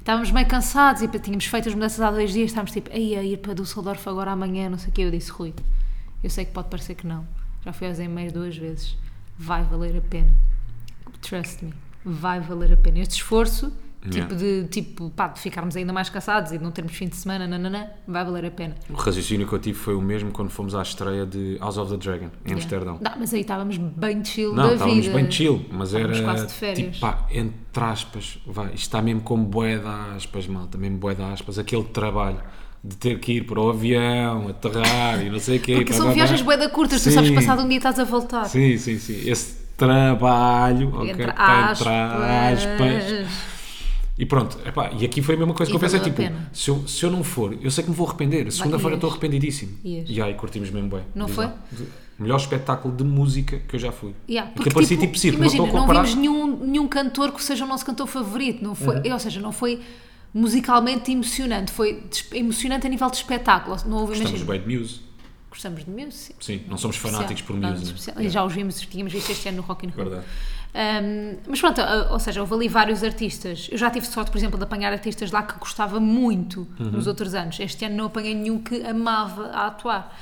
Speaker 1: Estávamos meio cansados e pá, tínhamos feito as mudanças há dois dias, estávamos tipo, aí a ir para Düsseldorf agora amanhã, não sei o quê. Eu disse, Rui, eu sei que pode parecer que não, já fui aos EMAs duas vezes, vai valer a pena. Trust me, vai valer a pena. Este esforço,
Speaker 2: Yeah.
Speaker 1: tipo, de, tipo pá, de ficarmos ainda mais cansados e de não termos fim de semana, nananã, vai valer a pena.
Speaker 2: O raciocínio que eu tive foi o mesmo quando fomos à estreia de House of the Dragon, em Amsterdão.
Speaker 1: Yeah. Não, mas aí estávamos bem chill
Speaker 2: Não,
Speaker 1: da
Speaker 2: estávamos
Speaker 1: vida.
Speaker 2: bem chill, mas
Speaker 1: Estávamos
Speaker 2: era
Speaker 1: quase de férias.
Speaker 2: tipo, pá, entre aspas, vai, isto está mesmo como bué de aspas, malta, mesmo bué de aspas, aquele trabalho de ter que ir para o avião, aterrar e não sei o quê.
Speaker 1: Porque
Speaker 2: blá,
Speaker 1: são
Speaker 2: blá, blá.
Speaker 1: viagens boeda curtas,
Speaker 2: Sim.
Speaker 1: tu sabes que passado um dia estás a voltar.
Speaker 2: Sim, sim, sim, esse trabalho, ok,
Speaker 1: Entre
Speaker 2: tá
Speaker 1: aspas.
Speaker 2: E pronto, epá, e aqui foi a mesma coisa
Speaker 1: E
Speaker 2: que eu pensei,
Speaker 1: valeu a
Speaker 2: tipo,
Speaker 1: pena.
Speaker 2: se eu, se eu não for, eu sei que me vou arrepender, a segunda-feira
Speaker 1: ias.
Speaker 2: estou arrependidíssimo.
Speaker 1: Ias.
Speaker 2: E aí curtimos mesmo bem.
Speaker 1: Não
Speaker 2: Diz
Speaker 1: foi?
Speaker 2: lá. De- Melhor espetáculo de música que eu já fui.
Speaker 1: Yeah,
Speaker 2: E que parecia tipo, circo, não
Speaker 1: imagina,
Speaker 2: estou a
Speaker 1: não,
Speaker 2: comparar. Uhum.
Speaker 1: vimos nenhum, nenhum cantor que seja o nosso cantor favorito, não foi, é, ou seja, não foi musicalmente emocionante, foi des- emocionante a nível de espetáculo. Não houve,
Speaker 2: Estamos
Speaker 1: imagina,
Speaker 2: bem de Muse,
Speaker 1: gostamos de música.
Speaker 2: sim, não somos fanáticos por
Speaker 1: Nada
Speaker 2: Muse.
Speaker 1: de
Speaker 2: né?
Speaker 1: Ah, especial. E Já os vimos, os tínhamos visto este ano no Rock in Rio.
Speaker 2: Verdade.
Speaker 1: Um, mas pronto, uh, ou seja, houve ali vários artistas. Eu já tive sorte, por exemplo, de apanhar artistas lá que gostava muito
Speaker 2: Uhum.
Speaker 1: nos outros anos. Este ano não apanhei nenhum que amava a atuar.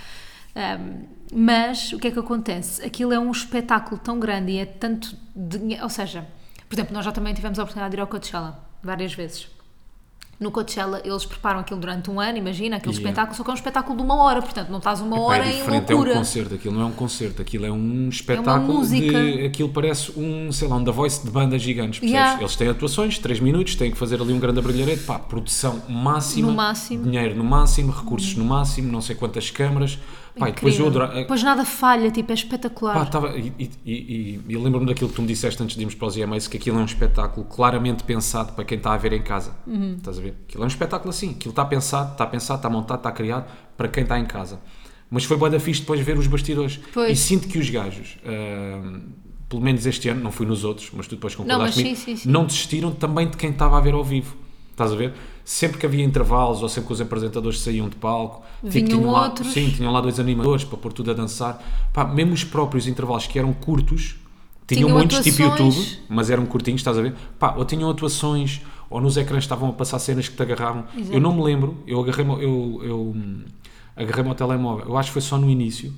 Speaker 1: Um, mas o que é que acontece? Aquilo é um espetáculo tão grande e é tanto dinheiro. Ou seja, por exemplo, nós já também tivemos a oportunidade de ir ao Coachella várias vezes. No Coachella eles preparam aquilo durante um ano, imagina, aquele
Speaker 2: Yeah.
Speaker 1: espetáculo, só que é um espetáculo de uma hora, portanto não estás uma
Speaker 2: Pá,
Speaker 1: hora
Speaker 2: é
Speaker 1: em
Speaker 2: diferente, é um
Speaker 1: loucura.
Speaker 2: concerto, aquilo não é um concerto, aquilo é um espetáculo de.
Speaker 1: música.
Speaker 2: Aquilo parece um, sei lá, um da voice de banda gigantes, percebes?
Speaker 1: Yeah.
Speaker 2: Eles têm atuações, 3 minutos, têm que fazer ali um grande abrilhareto, pá, produção máxima,
Speaker 1: No máximo.
Speaker 2: dinheiro no máximo, recursos no máimo, não sei quantas câmaras, pá, e depois eu
Speaker 1: É Incrível.
Speaker 2: adora- é-
Speaker 1: Depois nada falha, tipo, é
Speaker 2: Pá, tá.
Speaker 1: espetacular.
Speaker 2: tava, e, e- e- e- e lembro-me daquilo que tu me disseste antes de irmos para os EMAs, que aquilo é um espetáculo claramente pensado para quem está a ver em casa.
Speaker 1: Uhum.
Speaker 2: Estás a ver? Aquilo é um espetáculo assim. Aquilo está pensado, está pensado, está montado, está criado para quem está em casa. Mas foi bué da fixe depois ver os bastidores.
Speaker 1: Pois.
Speaker 2: E sinto que os gajos, ahm, pelo menos este ano, não fui nos outros, mas tu depois
Speaker 1: Não,
Speaker 2: concordaste
Speaker 1: mas
Speaker 2: comigo,
Speaker 1: sim, sim, sim.
Speaker 2: não desistiram também de quem estava a ver ao vivo. Estás a ver? Sempre que havia intervalos ou sempre que os apresentadores saíam de palco,
Speaker 1: Vinham
Speaker 2: tinham lá-
Speaker 1: outros.
Speaker 2: sim, tinham lá dois animadores para pôr tudo a dançar. Pá, mesmo os próprios intervalos que eram curtos, tinham,
Speaker 1: Tinham
Speaker 2: muitos, tipo
Speaker 1: atuações.
Speaker 2: YouTube, mas eram curtinhos, estás a ver? Pá, ou tinham atuações, ou nos ecrãs estavam a passar cenas que te agarravam. Eu não me lembro, eu agarrei-me ao- eu, eu, hum, agarrei-me ao telemóvel, eu acho que foi só no início.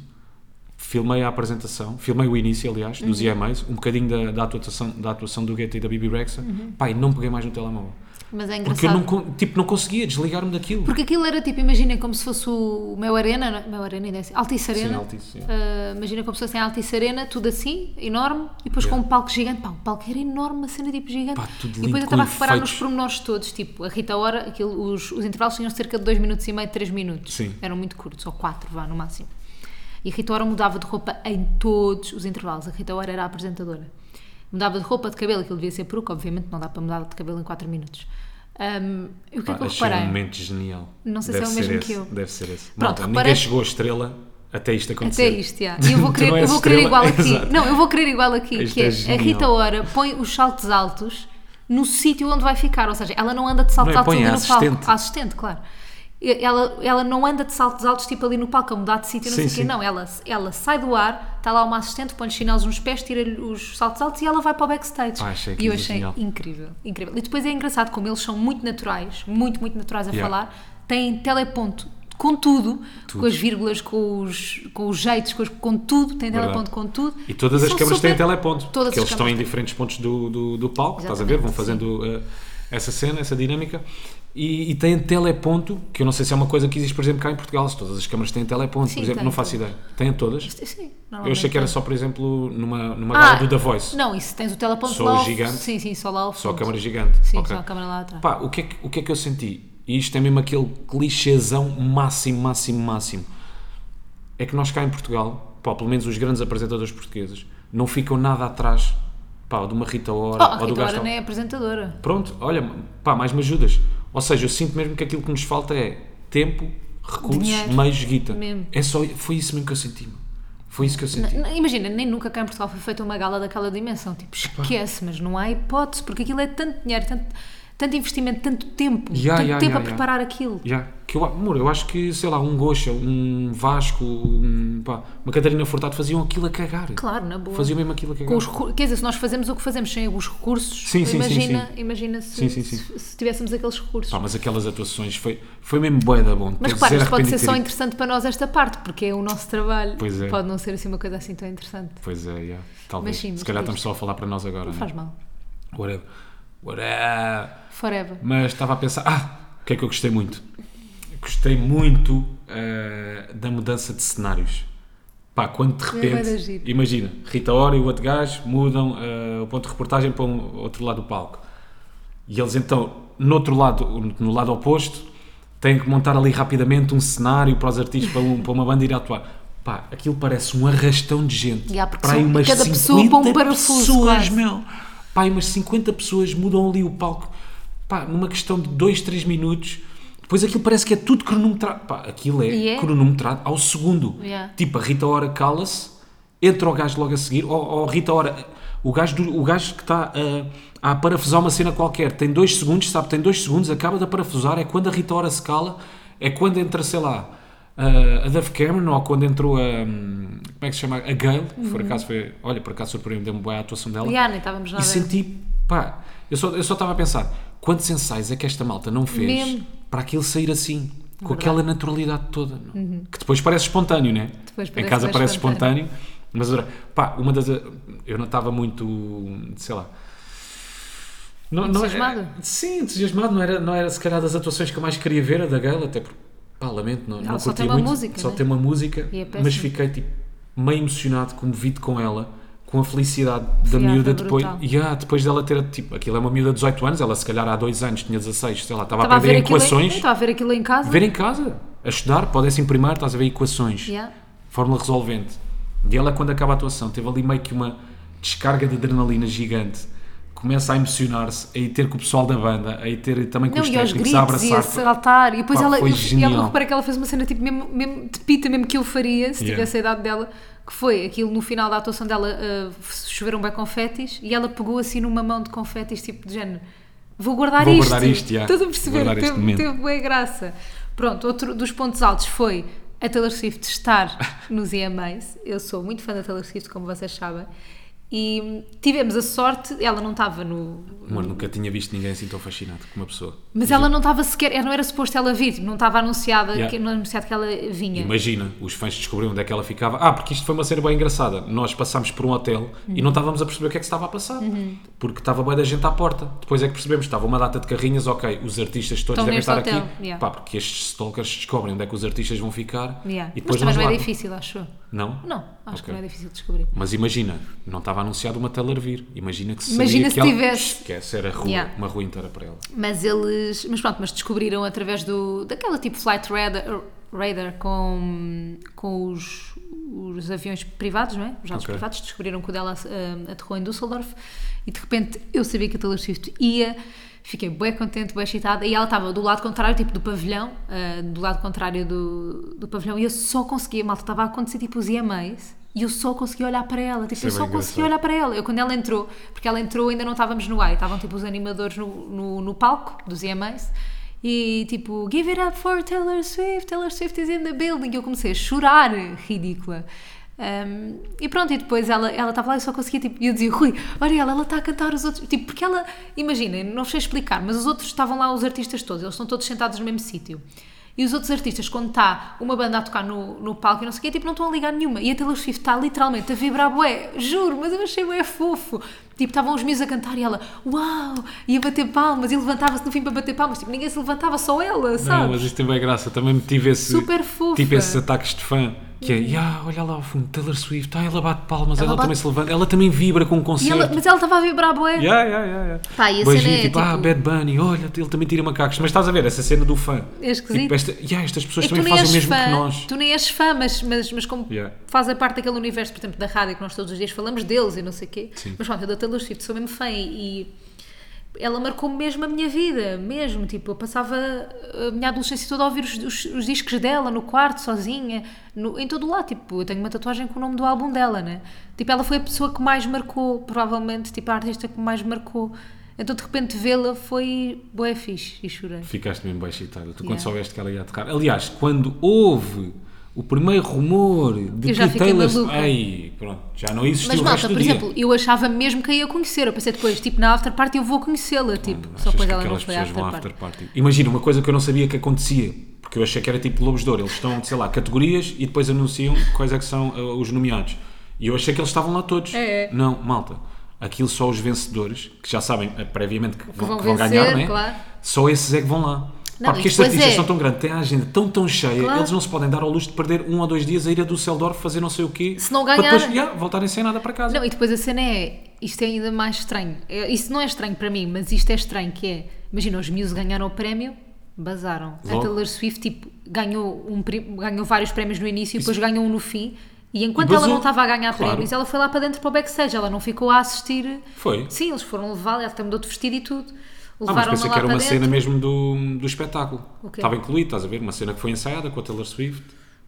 Speaker 2: Filmei a apresentação, filmei o início, aliás, dos
Speaker 1: Uhum.
Speaker 2: EMAs, um bocadinho da, da atuação, da atuação do Guetta e da Bibi Rexa. Pá, e não peguei mais no telemóvel.
Speaker 1: Mas é
Speaker 2: Porque eu não,
Speaker 1: Uhum. engraçado. Porque,
Speaker 2: con- tipo, não conseguia desligar-me daquilo.
Speaker 1: aquilo era tipo, imagina como se fosse o Meu Arena, não é? Meu Arena ainda é assim, Altice Arena.
Speaker 2: Sim, Altice, sim.
Speaker 1: Ah, imagina como se fosse em Altice Arena, tudo assim, enorme, e depois
Speaker 2: Yeah.
Speaker 1: com um palco gigante. Pá, o palco era enorme, uma cena tipo gigante.
Speaker 2: Pá, tudo
Speaker 1: e depois
Speaker 2: lindo,
Speaker 1: eu estava a
Speaker 2: com
Speaker 1: reparar nos
Speaker 2: efeitos.
Speaker 1: pormenores todos, tipo, a Rita Hora, aquilo, os, os intervalos tinham cerca de 2 minutos e meio, 3 minutos.
Speaker 2: Sim.
Speaker 1: Eram muito curtos, ou 4, vá, no máximo. E a Rita Ora mudava de roupa em todos os intervalos. A Rita Ora era a apresentadora. Mudava de roupa, de cabelo, aquilo devia ser peruca, obviamente, não dá para mudar de cabelo em 4 minutos. Ahm, e o que
Speaker 2: Pá,
Speaker 1: é que eu
Speaker 2: achei um
Speaker 1: reparei?
Speaker 2: momento genial.
Speaker 1: Não sei se
Speaker 2: Deve
Speaker 1: é o
Speaker 2: ser
Speaker 1: mesmo
Speaker 2: esse,
Speaker 1: que eu.
Speaker 2: Deve ser esse.
Speaker 1: Pronto,
Speaker 2: Malta,
Speaker 1: reparei-
Speaker 2: ninguém chegou a estrela até isto acontecer.
Speaker 1: Até isto, já. E eu
Speaker 2: (laughs)
Speaker 1: vou
Speaker 2: Tu
Speaker 1: querer,
Speaker 2: não
Speaker 1: eu
Speaker 2: és
Speaker 1: vou querer
Speaker 2: estrela,
Speaker 1: igual aqui.
Speaker 2: exato.
Speaker 1: Não, eu vou querer igual aqui,
Speaker 2: Isto
Speaker 1: que
Speaker 2: é
Speaker 1: é, a
Speaker 2: genial.
Speaker 1: Rita Ora põe os saltos altos no sítio onde vai ficar, ou seja, ela não anda de saltos
Speaker 2: Não é,
Speaker 1: altos
Speaker 2: põe
Speaker 1: ali
Speaker 2: a
Speaker 1: no palco.
Speaker 2: assistente.
Speaker 1: A assistente, claro. E- Ela, ela não anda de saltos altos tipo ali no palco a mudar de sítio, não
Speaker 2: Sim,
Speaker 1: sei o quê,
Speaker 2: sim.
Speaker 1: não. Ela, ela sai do ar, está lá uma assistente, põe os chinelos nos pés, tira-lhe os saltos altos e ela vai para o backstage.
Speaker 2: Pá,
Speaker 1: e
Speaker 2: achei
Speaker 1: eu
Speaker 2: aquilo
Speaker 1: achei
Speaker 2: genial.
Speaker 1: incrível, incrível. E depois é engraçado como eles são muito naturais, muito, muito naturais a
Speaker 2: Yeah.
Speaker 1: falar, têm teleponto com tudo, com as vírgulas, com os, com os jeitos, com, os- com tudo, têm
Speaker 2: Verdade.
Speaker 1: teleponto com tudo.
Speaker 2: E todas as
Speaker 1: são
Speaker 2: câmaras têm
Speaker 1: super-
Speaker 2: teleponto.
Speaker 1: Todas
Speaker 2: porque
Speaker 1: as
Speaker 2: eles estão
Speaker 1: câmaras
Speaker 2: em diferentes pontos do, do, do palco, estás a ver?
Speaker 1: Exatamente,
Speaker 2: Vão fazendo uh, essa cena, essa dinâmica. E, e tem teleponto, que eu não sei se é uma coisa que existe, por exemplo, cá em Portugal, se todas as câmaras têm teleponto,
Speaker 1: Sim,
Speaker 2: por exemplo,
Speaker 1: têm
Speaker 2: não faço ideia. Têm todas?
Speaker 1: Sim,
Speaker 2: Eu achei que era
Speaker 1: normalmente.
Speaker 2: só, por exemplo, numa, numa
Speaker 1: é Ah,
Speaker 2: gala do The Voice,
Speaker 1: Não, isso tens o teleponto
Speaker 2: Só
Speaker 1: lá. ao-
Speaker 2: gigante.
Speaker 1: Sim, sim, só lá ao
Speaker 2: só a
Speaker 1: fundo.
Speaker 2: câmara gigante.
Speaker 1: Sim,
Speaker 2: Ok.
Speaker 1: só a câmara lá atrás.
Speaker 2: Pá, o que, é que, o que é que eu senti? E isto é mesmo aquele clichêzão máximo, máximo, máximo. É que nós cá em Portugal, pá, pelo menos os grandes apresentadores portugueses, não ficam nada atrás pá, de uma Rita Ora
Speaker 1: Oh, a
Speaker 2: ou do
Speaker 1: Rita
Speaker 2: Gastão.
Speaker 1: Ora nem é apresentadora.
Speaker 2: Pronto, olha, pá, mais me ajudas. Ou seja, eu sinto mesmo que aquilo que nos falta é tempo, recursos,
Speaker 1: Dinheiro.
Speaker 2: meios, guita.
Speaker 1: Mesmo.
Speaker 2: É só, foi isso mesmo que eu senti. meu. Foi isso que eu senti.
Speaker 1: N- Imagina, nem nunca cá em Portugal foi feita uma gala daquela dimensão. Tipo, esquece, mas não há hipótese, porque aquilo é tanto dinheiro, tanto, tanto investimento, tanto tempo,
Speaker 2: Ya,
Speaker 1: tanto
Speaker 2: ya,
Speaker 1: tempo
Speaker 2: ya,
Speaker 1: a
Speaker 2: ya.
Speaker 1: preparar aquilo.
Speaker 2: Já. Que eu, amor, eu acho que, sei lá, um Goxa, um Vasco, um, pá, uma Catarina Furtado faziam aquilo a cagar.
Speaker 1: Claro, na boa.
Speaker 2: Faziam mesmo aquilo a cagar.
Speaker 1: Com os recu- quer dizer, se nós fazemos o que fazemos sem os recursos,
Speaker 2: Sim, sim, sim,
Speaker 1: imagina, imagina se,
Speaker 2: Sim, sim, sim.
Speaker 1: se- se tivéssemos aqueles recursos.
Speaker 2: Pá, mas aquelas atuações foi, foi mesmo bué da bom.
Speaker 1: Mas
Speaker 2: Tens
Speaker 1: claro,
Speaker 2: zero
Speaker 1: isto pode ser só
Speaker 2: arrependido de ter
Speaker 1: interessante para nós esta parte, porque é o nosso trabalho.
Speaker 2: Pois é.
Speaker 1: Pode não ser assim uma coisa assim tão interessante.
Speaker 2: ido. Pois é, já. talvez.
Speaker 1: Mas sim, mas
Speaker 2: Se calhar
Speaker 1: por
Speaker 2: estamos só a falar para nós agora.
Speaker 1: Não
Speaker 2: né?
Speaker 1: faz mal.
Speaker 2: Whatever. Whatever.
Speaker 1: Forever.
Speaker 2: Mas estava a pensar, ah, o que é que eu gostei muito? Gostei muito eh, da mudança de cenários. Pá, quando de
Speaker 1: é bué da
Speaker 2: repente,
Speaker 1: giro.
Speaker 2: imagina, Rita Ora e o outro gajo mudam eh, o ponto de reportagem para um outro lado do palco. E eles então, no outro lado, no lado oposto, têm que montar ali rapidamente um cenário para os artistas, para, um- para uma banda ir atuar. Pá, aquilo parece um arrastão de gente.
Speaker 1: Ya, porque
Speaker 2: Pá, aí
Speaker 1: são-
Speaker 2: umas
Speaker 1: cada pessoa põe um
Speaker 2: 50
Speaker 1: parafuso,
Speaker 2: pessoas,
Speaker 1: quase.
Speaker 2: meu. Pá, aí umas 50 pessoas mudam ali o palco. Pá, numa questão de 2, 3 minutos. Depois aquilo parece que é tudo cronometrado. Pá, aquilo é
Speaker 1: E é?
Speaker 2: cronometrado ao segundo.
Speaker 1: Ya.
Speaker 2: Tipo, a Rita Ora cala-se, entra o gajo logo a seguir, ou, ou a Rita Ora, o gajo, do- o gajo que está a, a parafusar uma cena qualquer, tem dois segundos, sabe, tem dois segundos, acaba de parafusar, é quando a Rita Ora se cala, é quando entra, sei lá, ah, a- a Dove Cameron, ou quando entrou a, hum, como é que se chama, a Gail, que
Speaker 1: Uhum.
Speaker 2: por acaso foi, olha, por acaso surpreendeu-me bem a atuação dela,
Speaker 1: Ya, nem estávamos nada.
Speaker 2: e senti, pá, eu só, eu só estava a pensar, quantos ensaios é que esta malta não fez
Speaker 1: Mesmo.
Speaker 2: para aquilo sair assim, com aquela naturalidade toda, não? é? que depois parece espontâneo, né?
Speaker 1: Uhum. Depois
Speaker 2: em
Speaker 1: parece
Speaker 2: casa
Speaker 1: bem
Speaker 2: parece
Speaker 1: espontâneo.
Speaker 2: espontâneo, mas adorei. pá, uma das, eu não estava muito, sei lá, não, não-
Speaker 1: Entusiasmado?
Speaker 2: sim, entusiasmado, não era, não era se calhar das atuações que eu mais queria ver, a da Gala, até porque, pá, lamento, não, não,
Speaker 1: Ela só
Speaker 2: curti
Speaker 1: tem uma
Speaker 2: muito,
Speaker 1: música,
Speaker 2: só
Speaker 1: né?
Speaker 2: tem uma música,
Speaker 1: E é
Speaker 2: mas
Speaker 1: péssimo.
Speaker 2: fiquei tipo meio emocionado, comovido com ela, com a felicidade da
Speaker 1: Foi,
Speaker 2: miúda
Speaker 1: foi
Speaker 2: depois,
Speaker 1: brutal.
Speaker 2: yeah, depois dela ter, tipo, aquilo é uma miúda de 18 anos, ela se calhar há 2 anos tinha 16, sei lá, estava
Speaker 1: Estava
Speaker 2: a
Speaker 1: a
Speaker 2: aprender
Speaker 1: ver aquilo em- Então.
Speaker 2: equações,
Speaker 1: estava a ver aquilo em casa.
Speaker 2: ver em casa, a estudar, pode-se imprimir, estás a ver equações,
Speaker 1: Ya.
Speaker 2: fórmula resolvente. E ela, quando acaba a atuação, teve ali meio que uma descarga de adrenalina gigante. Começa a emocionar-se, a ir ter com o pessoal da banda, a ir ter também com
Speaker 1: Não,
Speaker 2: os
Speaker 1: e aos
Speaker 2: técnicos a
Speaker 1: gritos, e a
Speaker 2: abraçar.
Speaker 1: saltar. E depois
Speaker 2: Pá,
Speaker 1: ela,
Speaker 2: foi
Speaker 1: e ela
Speaker 2: genial.
Speaker 1: eu reparei que ela fez uma cena tipo mesmo, mesmo de pita, mesmo que eu faria, se
Speaker 2: Yeah.
Speaker 1: tivesse a idade dela, que foi aquilo no final da atuação dela, ah, choveram bem confetis, e ela pegou assim numa mão de confetis, tipo de género, vou guardar
Speaker 2: Vou
Speaker 1: isto.
Speaker 2: guardar isto, yeah.
Speaker 1: Estás a
Speaker 2: Vou
Speaker 1: perceber?
Speaker 2: guardar este
Speaker 1: Teve,
Speaker 2: momento.
Speaker 1: teve boa graça. Pronto, outro dos pontos altos foi a Taylor Swift
Speaker 2: (laughs)
Speaker 1: estar nos EMAs. Eu sou muito fã da Taylor Swift, como vocês sabem. E tivemos a sorte, ela não estava no,
Speaker 2: Mano, nunca tinha visto ninguém assim tão fascinado como uma pessoa.
Speaker 1: mas ela não estava sequer, ela não era suposto ela vir, não estava anunciada,
Speaker 2: Yeah.
Speaker 1: que, não era anunciado que ela vinha.
Speaker 2: Imagina, os fãs descobriram onde é que ela ficava. Ah, porque isto foi uma cena bem engraçada. Nós passámos por um hotel e não estávamos a perceber o que é que se estava a passar. Porque estava bem da gente à porta. Depois é que percebemos, estava uma data de carrinhas, ok, os artistas todos
Speaker 1: Estão
Speaker 2: devem
Speaker 1: neste
Speaker 2: estar
Speaker 1: hotel,
Speaker 2: aqui.
Speaker 1: yeah.
Speaker 2: Pá, porque estes stalkers descobrem onde é que os artistas vão ficar
Speaker 1: Yeah. Mas
Speaker 2: e depois
Speaker 1: também
Speaker 2: nós
Speaker 1: não é
Speaker 2: lá.
Speaker 1: difícil, acho eu.
Speaker 2: Não?
Speaker 1: Não, acho que
Speaker 2: Ok.
Speaker 1: não é difícil de descobrir.
Speaker 2: Mas imagina, não estava anunciado uma Taylor vir. Imagina que se
Speaker 1: Imagina
Speaker 2: sabia
Speaker 1: se
Speaker 2: que ela-
Speaker 1: tivesse.
Speaker 2: Esquece, era rua,
Speaker 1: Yeah.
Speaker 2: uma rua inteira para ela.
Speaker 1: Mas eles, mas pronto, mas descobriram através do, daquela tipo flight radar, radar com, com os, os aviões privados, não é? Os jatos
Speaker 2: Ok.
Speaker 1: privados, descobriram que o dela ah, aterrou em Düsseldorf e de repente eu sabia que a Taylor Swift ia, fiquei bem contente, bem excitada e ela estava do lado contrário, tipo do pavilhão, ah, do lado contrário do, do pavilhão e eu só conseguia, malta, estava a acontecer tipo os EMAs e eu só conseguia olhar para ela, tipo,
Speaker 2: é
Speaker 1: eu só
Speaker 2: bem
Speaker 1: conseguia
Speaker 2: engraçado.
Speaker 1: olhar para ela. Eu, quando ela entrou, porque ela entrou ainda não estávamos no ar, e estavam tipo os animadores no, no, no palco dos EMAs e tipo, give it up for Taylor Swift, Taylor Swift is in the building. E eu comecei a chorar, ridícula. Um, e pronto, e depois ela ela estava lá e eu só conseguia, tipo, e eu dizia, Rui, olha ela, ela está a cantar os outros, tipo, porque ela, imaginem, não sei explicar, mas os outros estavam lá, os artistas todos, eles estão todos sentados no mesmo sítio. E os outros artistas, quando está uma banda a tocar no, no palco e não sei o quê, tipo, não estão a ligar nenhuma. E a Taylor Swift está literalmente a vibrar bué, juro, mas eu achei bué fofo. Tipo, estavam os meus a cantar e ela, uau, ia bater palmas e levantava-se no fim para bater palmas. Tipo, ninguém se levantava, só ela, sabes?
Speaker 2: Não, mas isto também é graça. Também me tive esse.
Speaker 1: Super fofa. Uhum.
Speaker 2: Tipo esses ataques de fã. Que é, "Ya, olha lá ao fundo, Taylor Swift, ah, ela bate palmas, ela,
Speaker 1: Ela
Speaker 2: também
Speaker 1: bate-
Speaker 2: se levanta, ela também vibra com o
Speaker 1: E
Speaker 2: concerto.
Speaker 1: ela- mas ela estava a vibrar bué.
Speaker 2: Ya, ya, ya, ya.
Speaker 1: Pá, e a
Speaker 2: Beijinho,
Speaker 1: cena é,
Speaker 2: tipo, ah,
Speaker 1: tipo-
Speaker 2: Bad Bunny, olha, ele também tira macacos. Mas estás a ver, essa cena do fã.
Speaker 1: É esquisito.
Speaker 2: Tipo, esta- ya, estas pessoas
Speaker 1: É que tu
Speaker 2: também
Speaker 1: nem
Speaker 2: fazem o
Speaker 1: és
Speaker 2: mesmo
Speaker 1: fã,
Speaker 2: que nós.
Speaker 1: tu nem és fã, mas, mas, mas como
Speaker 2: Yeah.
Speaker 1: fazem parte daquele universo, por exemplo, da rádio que nós todos os dias falamos deles e não sei o quê.
Speaker 2: Sim.
Speaker 1: Mas pronto, eu da Taylor Swift tipo, sou mesmo fã e ela marcou mesmo a minha vida, mesmo. Tipo, eu passava a minha adolescência toda a ouvir os, os- os discos dela no quarto, sozinha, no- em todo o lado. Tipo, eu tenho uma tatuagem com o nome do álbum dela, né? Tipo, ela foi a pessoa que mais marcou, provavelmente, tipo, a artista que mais marcou. Então, de repente, vê-la foi bué fixe e chorei.
Speaker 2: Ficaste mesmo bem excitada. Tu, quando
Speaker 1: Ya.
Speaker 2: soubeste que ela ia tocar. Aliás, quando houve o primeiro rumor de
Speaker 1: Eu já
Speaker 2: que
Speaker 1: fiquei
Speaker 2: Taylor
Speaker 1: maluca.
Speaker 2: Ei, pronto, já não existiu
Speaker 1: Mas
Speaker 2: o
Speaker 1: malta,
Speaker 2: resto do
Speaker 1: por
Speaker 2: dia.
Speaker 1: exemplo, eu achava mesmo que a ia conhecer. Eu pensei depois, tipo, na after party eu vou conhecê-la, tipo.
Speaker 2: Achas
Speaker 1: Só depois
Speaker 2: que
Speaker 1: ela não
Speaker 2: aquelas
Speaker 1: foi à
Speaker 2: pessoas
Speaker 1: after
Speaker 2: vão à
Speaker 1: party.
Speaker 2: after party. Imagina, uma coisa que eu não sabia que acontecia, porque eu achei que era tipo Lobos de Ouro. Eles estão, sei lá, categorias e depois anunciam quais é que são uh, os nomeados. E eu achei que eles estavam lá todos.
Speaker 1: É, é.
Speaker 2: Não, malta. Aquilo só os vencedores, que já sabem eh, previamente que vão,
Speaker 1: vão
Speaker 2: que vão
Speaker 1: vencer,
Speaker 2: ganhar, né?
Speaker 1: claro.
Speaker 2: só esses é que vão lá.
Speaker 1: Não,
Speaker 2: Pá,
Speaker 1: e
Speaker 2: porque estes
Speaker 1: depois
Speaker 2: artistas
Speaker 1: é-
Speaker 2: são tão grandes, têm a agenda tão, tão cheia,
Speaker 1: Claro.
Speaker 2: eles não se podem dar ao luxo de perder um ou dois dias a ir a Düsseldorf fazer não sei o quê.
Speaker 1: Se não
Speaker 2: para
Speaker 1: ganhar-
Speaker 2: depois, yeah, voltarem sem nada para casa.
Speaker 1: Não, e depois a cena é, isto é ainda mais estranho. É, Isso não é estranho para mim, mas isto é estranho, que é, imagina, os Muse ganharam o prémio, bazaram.
Speaker 2: Logo.
Speaker 1: A Taylor Swift, tipo, ganhou, um, pri- ganhou vários prémios no início e depois ganhou um no fim. E enquanto
Speaker 2: E
Speaker 1: ela
Speaker 2: basou.
Speaker 1: não estava a ganhar
Speaker 2: Claro.
Speaker 1: prémios, ela foi lá para dentro para o backstage, ela não ficou a assistir.
Speaker 2: Foi.
Speaker 1: Sim, eles foram levá-la, ela até mudou de vestido e tudo.
Speaker 2: Ah, mas
Speaker 1: Levaram-na
Speaker 2: pensei
Speaker 1: lá
Speaker 2: que era
Speaker 1: para
Speaker 2: uma
Speaker 1: dentro.
Speaker 2: cena mesmo do, do espetáculo.
Speaker 1: O quê?
Speaker 2: Estava incluído, estás a ver? Uma cena que foi ensaiada com a Taylor Swift.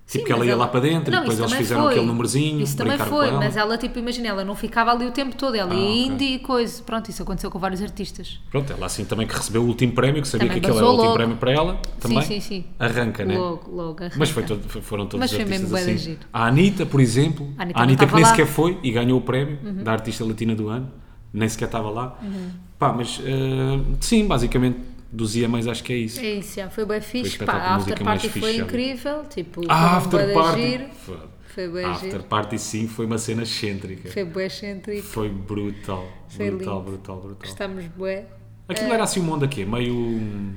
Speaker 1: Sim,
Speaker 2: Tipo que ela
Speaker 1: mas
Speaker 2: ia lá para dentro
Speaker 1: Não,
Speaker 2: e depois
Speaker 1: isso
Speaker 2: eles
Speaker 1: também
Speaker 2: fizeram
Speaker 1: foi.
Speaker 2: aquele númerozinho,
Speaker 1: Isso também
Speaker 2: brincaram
Speaker 1: foi,
Speaker 2: com ela.
Speaker 1: mas ela, tipo, imagina, ela não ficava ali o tempo todo, ela
Speaker 2: Ah,
Speaker 1: ia
Speaker 2: ok.
Speaker 1: indie e coisa. Pronto, isso aconteceu com vários artistas.
Speaker 2: Pronto, ela assim também que recebeu o último prémio, que sabia
Speaker 1: Também
Speaker 2: que aquele era o
Speaker 1: basou
Speaker 2: último
Speaker 1: logo.
Speaker 2: prémio para ela, também
Speaker 1: sim, sim.
Speaker 2: arranca, né?
Speaker 1: Logo, logo. arranca.
Speaker 2: Mas foi todo- foi- foram todos
Speaker 1: Mas
Speaker 2: os
Speaker 1: foi
Speaker 2: artistas
Speaker 1: mesmo bué de
Speaker 2: assim.
Speaker 1: giro.
Speaker 2: A Anitta, por exemplo,
Speaker 1: A Anitta
Speaker 2: a
Speaker 1: não
Speaker 2: Anitta que
Speaker 1: estava
Speaker 2: nem
Speaker 1: lá. Uhum.
Speaker 2: sequer foi e ganhou o prémio da artista latina do ano, nem sequer estava lá. Pá, mas eh, sim, basicamente, dos mais acho que é isso.
Speaker 1: É isso, já, foi bem fixe.
Speaker 2: Foi
Speaker 1: Pá, a
Speaker 2: espetáculo de música
Speaker 1: after
Speaker 2: mais
Speaker 1: party
Speaker 2: fixe,
Speaker 1: foi
Speaker 2: já.
Speaker 1: incrível. Tipo,
Speaker 2: Ah,
Speaker 1: foi
Speaker 2: after
Speaker 1: bué de
Speaker 2: party.
Speaker 1: giro.
Speaker 2: Foda.
Speaker 1: Foi bué
Speaker 2: A
Speaker 1: giro.
Speaker 2: after party sim foi uma cena excêntrica.
Speaker 1: Foi bué excêntrico.
Speaker 2: Foi brutal.
Speaker 1: Foi
Speaker 2: brutal,
Speaker 1: lindo.
Speaker 2: brutal, brutal.
Speaker 1: Gostámos bué.
Speaker 2: Aquilo era assim um mundo aqui, meio. hum,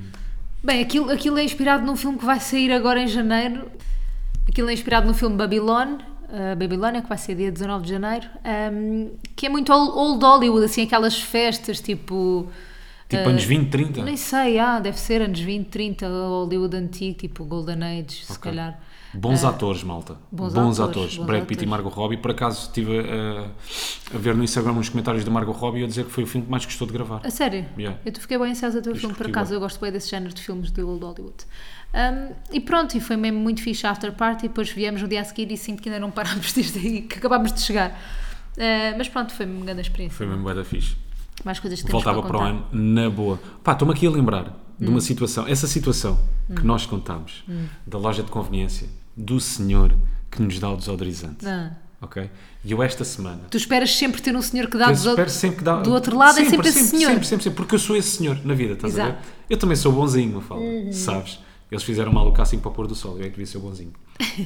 Speaker 1: Bem, aquilo, aquilo é inspirado num filme que vai sair agora em janeiro. Aquilo é inspirado no filme Babylon, eh, Babilónia, que vai ser dia 19 de janeiro, ehm, que é muito ol- old Hollywood, assim, aquelas festas tipo.
Speaker 2: Tipo
Speaker 1: eh,
Speaker 2: anos 20, 30.
Speaker 1: Nem sei, ah, deve ser anos 20, 30, Hollywood antigo, tipo Golden Age, se
Speaker 2: Ok.
Speaker 1: calhar.
Speaker 2: Bons atores, malta.
Speaker 1: Ah. bons
Speaker 2: atores.
Speaker 1: atores, bons
Speaker 2: Brad Pitt e
Speaker 1: atores.
Speaker 2: Margot Robbie. Por acaso estive a, a ver no Instagram uns comentários de Margot Robbie a dizer que foi o filme que mais gostou de gravar.
Speaker 1: A sério?
Speaker 2: Yeah.
Speaker 1: Eu te fiquei bem ansiosa do teu filme, por
Speaker 2: curti
Speaker 1: acaso
Speaker 2: bué.
Speaker 1: eu gosto bem desse género de filmes de Old Hollywood. Um, e pronto, e foi mesmo muito fixe a after party, depois viemos no dia a seguir e sinto que ainda não parámos desde aí, que acabámos de chegar. Uh, mas pronto, foi uma grande experiência.
Speaker 2: Foi mesmo bué da fixe.
Speaker 1: Mais coisas que temos
Speaker 2: Voltava
Speaker 1: para
Speaker 2: para o
Speaker 1: contar. Hum.
Speaker 2: ano na boa. Pá, estou-me aqui a lembrar de uma situação, essa situação que nós contámos, da loja de conveniência, do senhor que nos dá o desodorizante.
Speaker 1: Ah.
Speaker 2: Ok? E eu esta semana.
Speaker 1: Tu esperas sempre ter um senhor que dá
Speaker 2: Eu
Speaker 1: dos outros-
Speaker 2: espero sempre que dá.
Speaker 1: do outro lado é sempre esse senhor.
Speaker 2: Sempre, sempre, sempre, porque eu sou esse senhor na vida, estás a ver?
Speaker 1: Exato. Uhum.
Speaker 2: Eu também sou bonzinho, uma fala, sabes? Eles fizeram mal o casting para o pôr do sol, eu é que devia
Speaker 1: (laughs)
Speaker 2: ser bonzinho.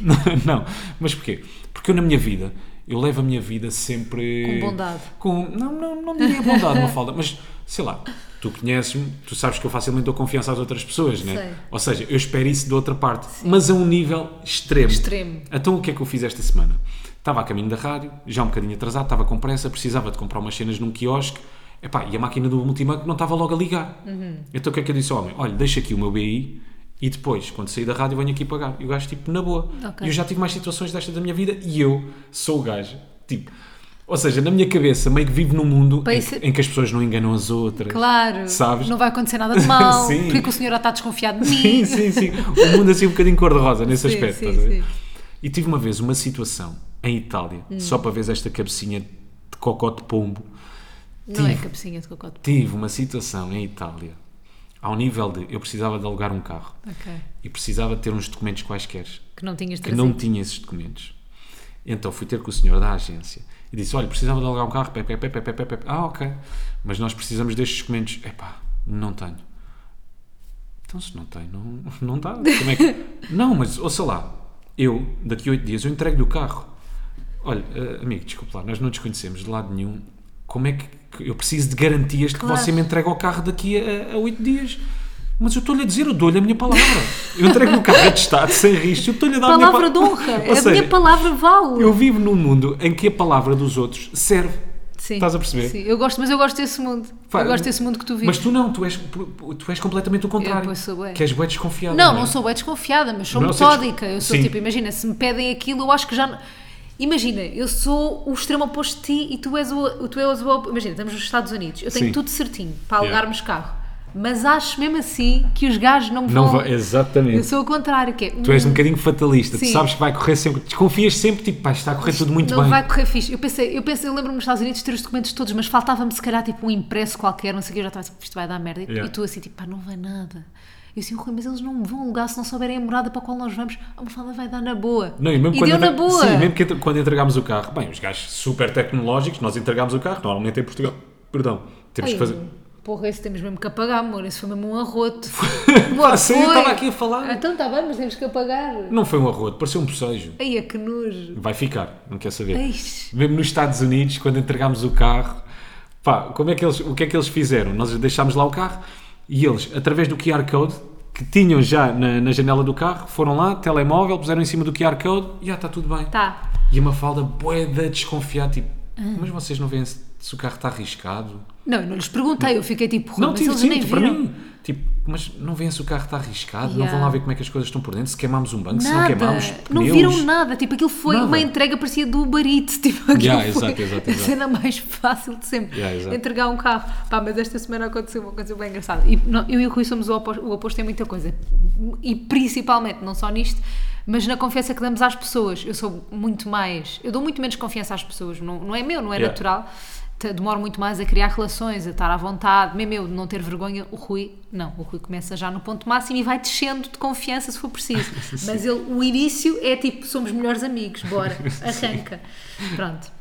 Speaker 2: (laughs) não, mas porquê? Porque eu na minha vida, eu levo a minha vida sempre.
Speaker 1: Com bondade.
Speaker 2: Com, não, não, não diria bondade, (laughs) uma falda, mas sei lá, tu conheces-me, tu sabes que eu facilmente dou confiança às outras pessoas, né?
Speaker 1: Sei.
Speaker 2: Ou seja, eu espero isso de outra parte, mas a um nível extremo.
Speaker 1: Extremo.
Speaker 2: Então o que é que eu fiz esta semana? Estava a caminho da rádio, já um bocadinho atrasado, estava com pressa, precisava de comprar umas cenas num quiosque. Epá, e a máquina do multibanco não estava logo a ligar.
Speaker 1: Uhum.
Speaker 2: Então o que é que eu disse ao homem? Olha, deixa aqui o meu BI e depois, quando sair da rádio, venho aqui pagar. E o gajo, tipo, na boa.
Speaker 1: Ok.
Speaker 2: E eu já tive mais situações desta da minha vida e eu sou o gajo, tipo... Ou seja, na minha cabeça, meio que vivo num mundo em
Speaker 1: Pois
Speaker 2: que,
Speaker 1: é.
Speaker 2: em que as pessoas não enganam as outras.
Speaker 1: Claro,
Speaker 2: Sabes?
Speaker 1: não vai acontecer nada de mal,
Speaker 2: (laughs) Sim.
Speaker 1: porque o senhor já está desconfiado de mim.
Speaker 2: Sim, sim, sim. O mundo assim um bocadinho cor-de-rosa nesse
Speaker 1: Sim,
Speaker 2: aspecto.
Speaker 1: sim,
Speaker 2: estás a ver?
Speaker 1: sim.
Speaker 2: E tive uma vez uma situação em Itália, só para ver esta cabecinha de cocó de pombo.
Speaker 1: Não é
Speaker 2: Tive.
Speaker 1: cabecinha de cocote.
Speaker 2: Tive uma situação em Itália, ao nível de eu precisava de alugar um carro
Speaker 1: Ok.
Speaker 2: e precisava de ter uns documentos quaisquer
Speaker 1: Que não tinhas
Speaker 2: que
Speaker 1: trazido.
Speaker 2: não tinha esses documentos. Então fui ter com o senhor da agência e disse: Olha, precisava de alugar um carro. Pé, pé, pé, pé, pé, pé, pé. Ah, ok. Mas nós precisamos destes documentos. Epá, não tenho. Então se não tem, não, (laughs) não dá. Como é
Speaker 1: (laughs)
Speaker 2: que... não, mas ouça lá, eu, daqui a 8 dias, eu entrego-lhe o carro. Olha, eh, amigo, desculpa lá, nós não nos conhecemos de lado nenhum. Como é que que eu preciso de garantias de que
Speaker 1: Claro.
Speaker 2: você me entrega o carro daqui a, a 8 dias? Mas eu estou-lhe a dizer, eu dou-lhe a minha palavra. Eu entrego o carro atestado, sem risco, eu estou-lhe a dar a
Speaker 1: Palavra
Speaker 2: minha
Speaker 1: de honra.
Speaker 2: (laughs)
Speaker 1: é
Speaker 2: Ou
Speaker 1: a
Speaker 2: seja,
Speaker 1: minha palavra vale.
Speaker 2: Eu vivo num mundo em que a palavra dos outros serve.
Speaker 1: Sim,
Speaker 2: Estás a perceber?
Speaker 1: Sim, eu gosto, mas eu gosto desse mundo.
Speaker 2: Pá,
Speaker 1: eu gosto desse mundo que tu vives.
Speaker 2: Mas tu não, tu és, tu és completamente o contrário.
Speaker 1: pois, sou bué.
Speaker 2: que és bué desconfiado.
Speaker 1: Não,
Speaker 2: é?
Speaker 1: não sou bem desconfiada, mas sou
Speaker 2: Não, eu sei
Speaker 1: metódica.
Speaker 2: des-
Speaker 1: Eu sou
Speaker 2: Sim.
Speaker 1: tipo, imagina, se me pedem aquilo, eu acho que já. não- Imagina, eu sou o extremo oposto de ti e tu és o. Tu és o imagina, estamos nos Estados Unidos, eu tenho
Speaker 2: Sim.
Speaker 1: tudo certinho para
Speaker 2: Yeah.
Speaker 1: alugarmos carro, mas acho mesmo assim que os gajos não me
Speaker 2: Não
Speaker 1: vão.
Speaker 2: vai- exatamente.
Speaker 1: Eu sou o contrário, que é.
Speaker 2: Tu és um bocadinho fatalista, tu
Speaker 1: Sim.
Speaker 2: sabes que vai correr sempre, desconfias sempre, tipo, pá, está a correr tudo muito
Speaker 1: não
Speaker 2: bem.
Speaker 1: vai correr fixe. Eu pensei, eu pensei, eu lembro-me nos Estados Unidos de ter os documentos todos, mas faltava-me se calhar tipo um impresso qualquer, não sei o que, eu já estava tipo, isto vai dar merda. E-
Speaker 2: Yeah.
Speaker 1: E tu assim, tipo, pá, não vai nada. E eu assim, Rui, mas eles não me vão alugar se não souberem a morada para a qual nós vamos. A morada vai dar na boa.
Speaker 2: Não, e mesmo quando
Speaker 1: deu
Speaker 2: entre-
Speaker 1: na boa.
Speaker 2: Sim, mesmo que entre- quando entregámos o carro, bem, os gajos super tecnológicos, nós entregámos o carro, normalmente em Portugal, perdão, temos
Speaker 1: Ai,
Speaker 2: que fazer.
Speaker 1: Porra, esse temos mesmo que apagar, amor. Esse foi mesmo um
Speaker 2: (laughs)
Speaker 1: arroto.
Speaker 2: Pá, Ah, sim, eu
Speaker 1: Foi.
Speaker 2: estava aqui a falar.
Speaker 1: Então está bem, mas temos que apagar.
Speaker 2: Não foi um arroto, pareceu um bocejo.
Speaker 1: Ai, é que nojo.
Speaker 2: Vai ficar, não quer saber.
Speaker 1: Eish.
Speaker 2: Mesmo nos Estados Unidos, quando entregámos o carro, pá, como é que eles, o que é que eles fizeram? Nós deixámos lá o carro e eles, através do QR Code, que tinham já na, na janela do carro, foram lá, telemóvel, puseram em cima do QR Code e ah, está tudo bem.
Speaker 1: Tá. Ah.
Speaker 2: E a Mafalda, boeda, desconfiar, tipo, mas vocês não veem se, se o carro está arriscado?
Speaker 1: Não, eu não lhes perguntei, eu fiquei tipo, Rui,
Speaker 2: Não,
Speaker 1: mas
Speaker 2: tipo,
Speaker 1: eles
Speaker 2: sim,
Speaker 1: nem
Speaker 2: tipo, para
Speaker 1: viram.
Speaker 2: mim. Tipo, mas não veem se o carro está arriscado? Não
Speaker 1: Yeah.
Speaker 2: vão lá ver como é que as coisas estão por dentro? Se queimámos um banco, se não
Speaker 1: Nada,
Speaker 2: queimámos
Speaker 1: não
Speaker 2: pneus?
Speaker 1: viram nada, tipo aquilo foi
Speaker 2: Nada.
Speaker 1: uma entrega parecia do Uber Eats, (laughs) tipo aquilo
Speaker 2: Yeah,
Speaker 1: foi
Speaker 2: exato, exato,
Speaker 1: a
Speaker 2: exato.
Speaker 1: cena mais fácil de sempre,
Speaker 2: Yeah, exato.
Speaker 1: entregar um carro. Pá, mas esta semana aconteceu uma coisa bem engraçada e nó- eu e o Rui somos o oposto, o oposto em muita coisa e principalmente, não só nisto, mas na confiança que damos às pessoas, eu sou muito mais, eu dou muito menos confiança às pessoas, não, não é meu, não é
Speaker 2: Yeah.
Speaker 1: natural. Te- Demoro muito mais a criar relações, a estar à vontade, mesmo eu de não ter vergonha. O Rui, não, o Rui começa já no ponto máximo e vai descendo de confiança se for preciso. Mas ele, o início é tipo, somos melhores amigos, bora, arranca. Pronto.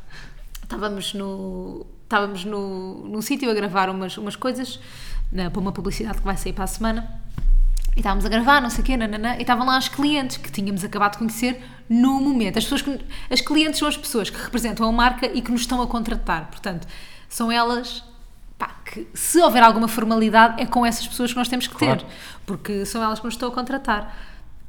Speaker 1: Estávamos no. Estávamos no, num sítio a gravar umas, umas coisas né, para uma publicidade que vai sair para a semana e estávamos a gravar, não sei o quê, nananã, e estavam lá as clientes que tínhamos acabado de conhecer no momento. As, pessoas que- as clientes são as pessoas que representam a marca e que nos estão a contratar. Portanto, são elas pá, que, se houver alguma formalidade, é com essas pessoas que nós temos que
Speaker 2: Claro.
Speaker 1: ter, porque são elas que nos estão a contratar.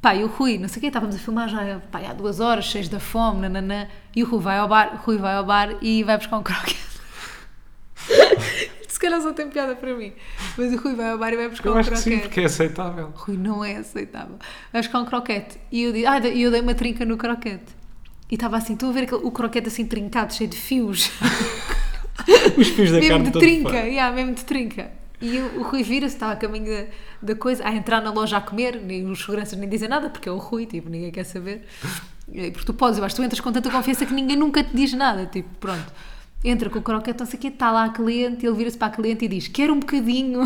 Speaker 1: Pá, e o Rui, não sei o quê, estávamos a filmar já pá, há duas horas, cheios da fome, nananã, e o Rui vai ao bar, o Rui vai ao bar e vai buscar um
Speaker 2: (laughs)
Speaker 1: croquete. Se calhar só tem piada para mim, mas o Rui vai ao bar e vai buscar
Speaker 2: Eu
Speaker 1: um
Speaker 2: acho que
Speaker 1: croquete.
Speaker 2: sim, porque é aceitável.
Speaker 1: Rui, não é aceitável. Vai buscar um croquete. E eu, disse, ah, e eu dei uma trinca no croquete. E estava assim, estou a ver aquele- o croquete assim trincado, cheio de
Speaker 2: (laughs)
Speaker 1: fios.
Speaker 2: Os fios da
Speaker 1: mesmo
Speaker 2: carne
Speaker 1: de
Speaker 2: todo
Speaker 1: trinca,
Speaker 2: fora.
Speaker 1: yeah, mesmo de trinca. E o, o Rui vira-se, estava a caminho da, da coisa, a entrar na loja a comer, nem os seguranças nem dizem nada, porque é o Rui, tipo, ninguém quer saber. E Porque tu podes, eu acho que tu entras com tanta confiança que ninguém nunca te diz nada, tipo, pronto. Entra com o croquete, não sei o quê, está lá a cliente, ele vira-se para a cliente e diz, quero um bocadinho (laughs)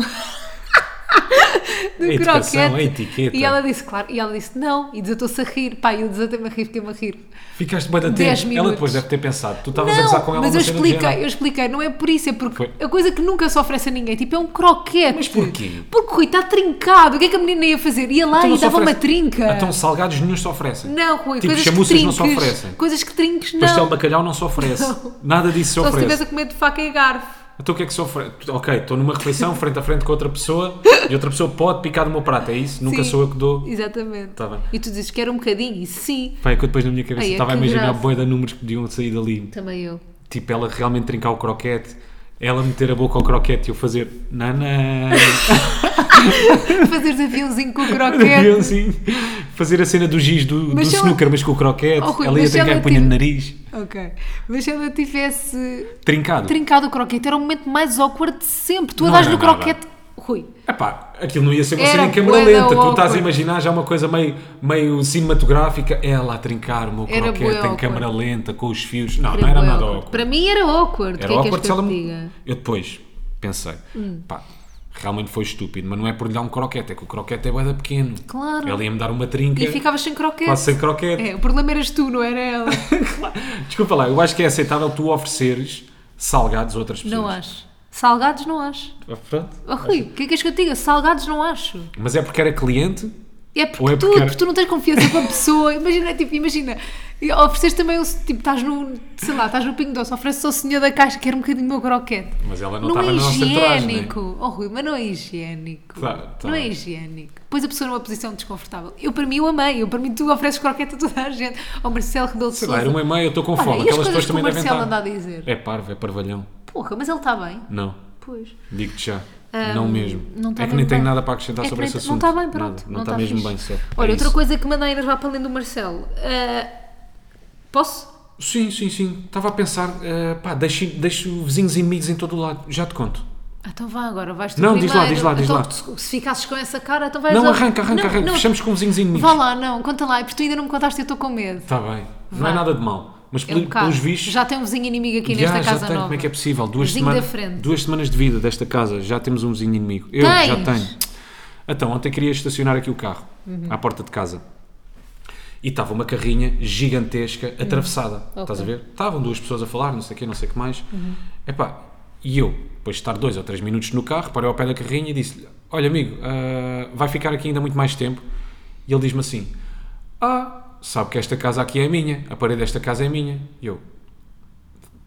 Speaker 1: do
Speaker 2: É educação,
Speaker 1: croquete.
Speaker 2: é etiqueta.
Speaker 1: E ela disse, claro, e ela disse, não, e desatou-se a rir, pá, e eu desatei-me a rir, fiquei-me a rir.
Speaker 2: Ficaste bem atento.
Speaker 1: Dez
Speaker 2: Ela
Speaker 1: minutos.
Speaker 2: depois deve ter pensado. Tu estavas a
Speaker 1: Não,
Speaker 2: gozar com ela
Speaker 1: mas
Speaker 2: uma
Speaker 1: eu
Speaker 2: cena do género.
Speaker 1: expliquei, eu expliquei, não é por isso, é porque
Speaker 2: Foi.
Speaker 1: a coisa que nunca se oferece a ninguém, tipo, é um croquete.
Speaker 2: Mas porquê?
Speaker 1: Porque Rui está trincado, o que é que a menina ia fazer? Ia lá
Speaker 2: Então não
Speaker 1: e
Speaker 2: se
Speaker 1: dava uma
Speaker 2: oferece-
Speaker 1: trinca.
Speaker 2: Então salgados nenhum se oferecem.
Speaker 1: não, Rui,
Speaker 2: tipo,
Speaker 1: coisas que
Speaker 2: chamuças
Speaker 1: trinques,
Speaker 2: não se oferecem.
Speaker 1: coisas que trinques não.
Speaker 2: Pastel de bacalhau não se oferece. Nada disso se
Speaker 1: Só se
Speaker 2: oferece.
Speaker 1: estivesse a comer de faca e garfo.
Speaker 2: Então o que é que se oferece? Ok, estou numa refeição frente a frente com outra pessoa e outra pessoa pode picar do meu prato, é isso? Nunca
Speaker 1: Sim.
Speaker 2: sou eu que dou.
Speaker 1: Exatamente.
Speaker 2: Tá bem.
Speaker 1: E tu dizes que era um bocadinho, e sim,
Speaker 2: Pai, é que eu depois na minha cabeça
Speaker 1: Ai, é
Speaker 2: estava a
Speaker 1: que
Speaker 2: imaginar a
Speaker 1: grave.
Speaker 2: boia de números que podiam sair dali.
Speaker 1: também
Speaker 2: (laughs)
Speaker 1: eu.
Speaker 2: Tipo, ela realmente trincar o croquete, ela meter a boca ao croquete e eu fazer nanã,
Speaker 1: Fazeres aviãozinho com o croquete.
Speaker 2: aviãozinho, assim, fazer a cena do giz do, do
Speaker 1: Mas se ela-
Speaker 2: snooker, mas com o croquete,
Speaker 1: Oh, Rui,
Speaker 2: ela ia
Speaker 1: mas se
Speaker 2: trincar e
Speaker 1: ela
Speaker 2: punha no
Speaker 1: tiver-
Speaker 2: nariz,
Speaker 1: ok. Mas se ela tivesse
Speaker 2: trincado.
Speaker 1: trincado o croquete, era o momento mais awkward de sempre. Tu a
Speaker 2: Não
Speaker 1: dás
Speaker 2: era
Speaker 1: no
Speaker 2: nada.
Speaker 1: croquete. Rui,
Speaker 2: Epá, aquilo não ia ser uma
Speaker 1: Era
Speaker 2: cena em câmera
Speaker 1: bué da
Speaker 2: lenta, tu
Speaker 1: awkward.
Speaker 2: estás a imaginar já uma coisa meio, meio cinematográfica, ela a trincar o meu
Speaker 1: Era bué
Speaker 2: croquete em
Speaker 1: awkward.
Speaker 2: câmera lenta, com os fios, não, não
Speaker 1: Era
Speaker 2: era
Speaker 1: bué
Speaker 2: nada
Speaker 1: awkward.
Speaker 2: awkward.
Speaker 1: Para mim era awkward.
Speaker 2: Era
Speaker 1: o que Hum. é que és
Speaker 2: awkward
Speaker 1: que
Speaker 2: se
Speaker 1: eu
Speaker 2: ela
Speaker 1: te
Speaker 2: me-
Speaker 1: diga?
Speaker 2: Eu depois pensei, pá, realmente foi estúpido, mas não é por lhe dar um croquete, é que o croquete é bué da pequeno.
Speaker 1: Claro.
Speaker 2: Ela ia-me dar uma trinca,
Speaker 1: E ficavas sem croquete.
Speaker 2: quase sem croquete.
Speaker 1: É, o problema eras tu, não era
Speaker 2: (laughs)
Speaker 1: ela.
Speaker 2: Desculpa lá, eu acho que é aceitável tu ofereceres salgados a outras pessoas.
Speaker 1: não acho. Salgados não acho.
Speaker 2: Ah, Pronto.
Speaker 1: Oh, Rui, o que é que és que eu te diga? Salgados não acho.
Speaker 2: Mas é porque era cliente?
Speaker 1: E É
Speaker 2: Ou
Speaker 1: porque,
Speaker 2: é
Speaker 1: tu,
Speaker 2: porque era-
Speaker 1: porque tu não tens confiança com a pessoa. (laughs) Imagina, é tipo, imagina, e ofereces também um. Tipo, estás no. Sei lá, estás no Pingo Doce, ofereces ao senhor da caixa, quer um bocadinho do meu croquete.
Speaker 2: Mas ela
Speaker 1: Não,
Speaker 2: não estava
Speaker 1: é
Speaker 2: na nossa traje, né?
Speaker 1: higiênico. Oh, Rui, mas não é higiênico.
Speaker 2: Claro, tá
Speaker 1: não é
Speaker 2: bem.
Speaker 1: higiênico. Pões a pessoa numa posição desconfortável. Eu, para mim, eu amei. Eu, para mim, tu ofereces croquete a toda a gente. Ao Marcelo Rebelo de
Speaker 2: Sei lá,
Speaker 1: Sousa.
Speaker 2: era uma e meia, eu estou com
Speaker 1: Olha,
Speaker 2: fome.
Speaker 1: e as
Speaker 2: Aquelas pessoas
Speaker 1: coisas que o
Speaker 2: também devem
Speaker 1: Marcelo anda a
Speaker 2: estar.
Speaker 1: dizer?
Speaker 2: É parvo, é parvalhão.
Speaker 1: Porra, mas ele está bem.
Speaker 2: Não,
Speaker 1: Pois.
Speaker 2: digo-te já.
Speaker 1: Ahm,
Speaker 2: não mesmo.
Speaker 1: não tá
Speaker 2: é que
Speaker 1: bem
Speaker 2: nem tenho
Speaker 1: bem.
Speaker 2: nada para acrescentar
Speaker 1: É
Speaker 2: sobre
Speaker 1: que
Speaker 2: esse
Speaker 1: nem-
Speaker 2: assunto.
Speaker 1: Não está bem, pronto.
Speaker 2: Nada. Não
Speaker 1: está
Speaker 2: está mesmo
Speaker 1: fixe.
Speaker 2: bem só.
Speaker 1: Olha,
Speaker 2: É
Speaker 1: outra
Speaker 2: isso.
Speaker 1: coisa que manda ainda vá para além do Marcelo. Ah, posso?
Speaker 2: Sim, sim, sim. Estava a pensar, eh, pá, deixe, deixe vizinhos e amigos em todo o lado. Já te conto.
Speaker 1: Ah, Então vá agora, vais tu
Speaker 2: Não,
Speaker 1: primeiro.
Speaker 2: diz lá, diz lá, diz
Speaker 1: Então,
Speaker 2: lá.
Speaker 1: tu- Se ficasses com essa cara, então vais
Speaker 2: não,
Speaker 1: lá.
Speaker 2: arranca, arranca,
Speaker 1: Não,
Speaker 2: arranca.
Speaker 1: não.
Speaker 2: Fechamos com vizinhos e amigos.
Speaker 1: Vá lá, não, conta lá, é porque tu ainda não me contaste e eu estou com medo.
Speaker 2: Está bem. Não é
Speaker 1: Vá.
Speaker 2: nada de mal. Mas
Speaker 1: É
Speaker 2: pelo-
Speaker 1: um bocado.
Speaker 2: pelos vistos.
Speaker 1: Já tem um vizinho inimigo aqui
Speaker 2: já,
Speaker 1: nesta
Speaker 2: já
Speaker 1: casa
Speaker 2: tenho.
Speaker 1: nova.
Speaker 2: Como é que é possível? Duas
Speaker 1: Vizinho da
Speaker 2: semanas,
Speaker 1: frente.
Speaker 2: duas semanas de vida desta casa já temos um vizinho inimigo. Eu
Speaker 1: Tens?
Speaker 2: já tenho. Então, ontem queria estacionar aqui o carro
Speaker 1: Uhum.
Speaker 2: à porta de casa. E estava uma carrinha gigantesca atravessada. Estás a ver? Estavam duas pessoas a falar, não sei o quê, não sei o que mais. Epá, e eu, depois de estar dois ou três minutos no carro, parei ao pé da carrinha e disse-lhe: Olha, amigo, ah, vai ficar aqui ainda muito mais tempo. E ele diz-me assim: Ah, sabe que esta casa aqui é minha, a parede desta casa é minha. E eu,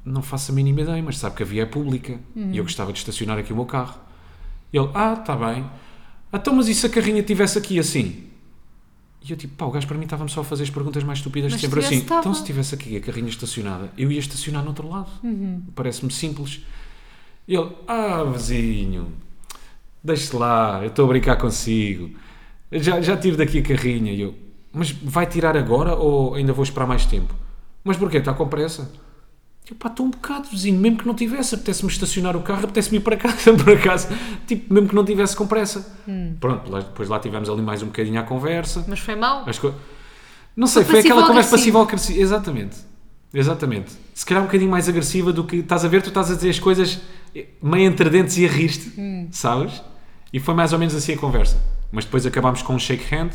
Speaker 2: não faço a mínima ideia, mas sabe que a via é pública e eu gostava de estacionar aqui o meu carro. Ele, ah, está bem. Então, mas e se a carrinha estivesse aqui assim? E eu, tipo, pá, o gajo para mim estava-me só a fazer as perguntas mais estúpidas
Speaker 1: Mas
Speaker 2: de sempre
Speaker 1: se
Speaker 2: assim.
Speaker 1: tivesse, estava.
Speaker 2: Então, se estivesse aqui a carrinha estacionada, eu ia estacionar no outro lado.
Speaker 1: Uhum.
Speaker 2: Parece-me simples. Ele, ah, vizinho, deixe lá, eu estou a brincar consigo. Já, já tive daqui a carrinha. E eu, mas vai tirar agora ou ainda vou esperar mais tempo? Mas porquê? Está com pressa? Eu, pá, estou um bocado vizinho, mesmo que não tivesse, apetece-me estacionar o carro, apetece-me ir para casa, (laughs) por acaso, tipo, mesmo que não tivesse com pressa. Pronto, lá- depois lá tivemos ali mais um bocadinho à conversa.
Speaker 1: Mas foi mal?
Speaker 2: As co- Não sei,
Speaker 1: Foi
Speaker 2: foi aquela conversa
Speaker 1: passivo-agressivo.
Speaker 2: passiva-agressiva. Exatamente. Exatamente. Se calhar um bocadinho mais agressiva do que estás a ver, tu estás a dizer as coisas meio entre dentes e a rir-te,
Speaker 1: Hum.
Speaker 2: sabes? E foi mais ou menos assim a conversa. Mas depois acabámos com um shake hand.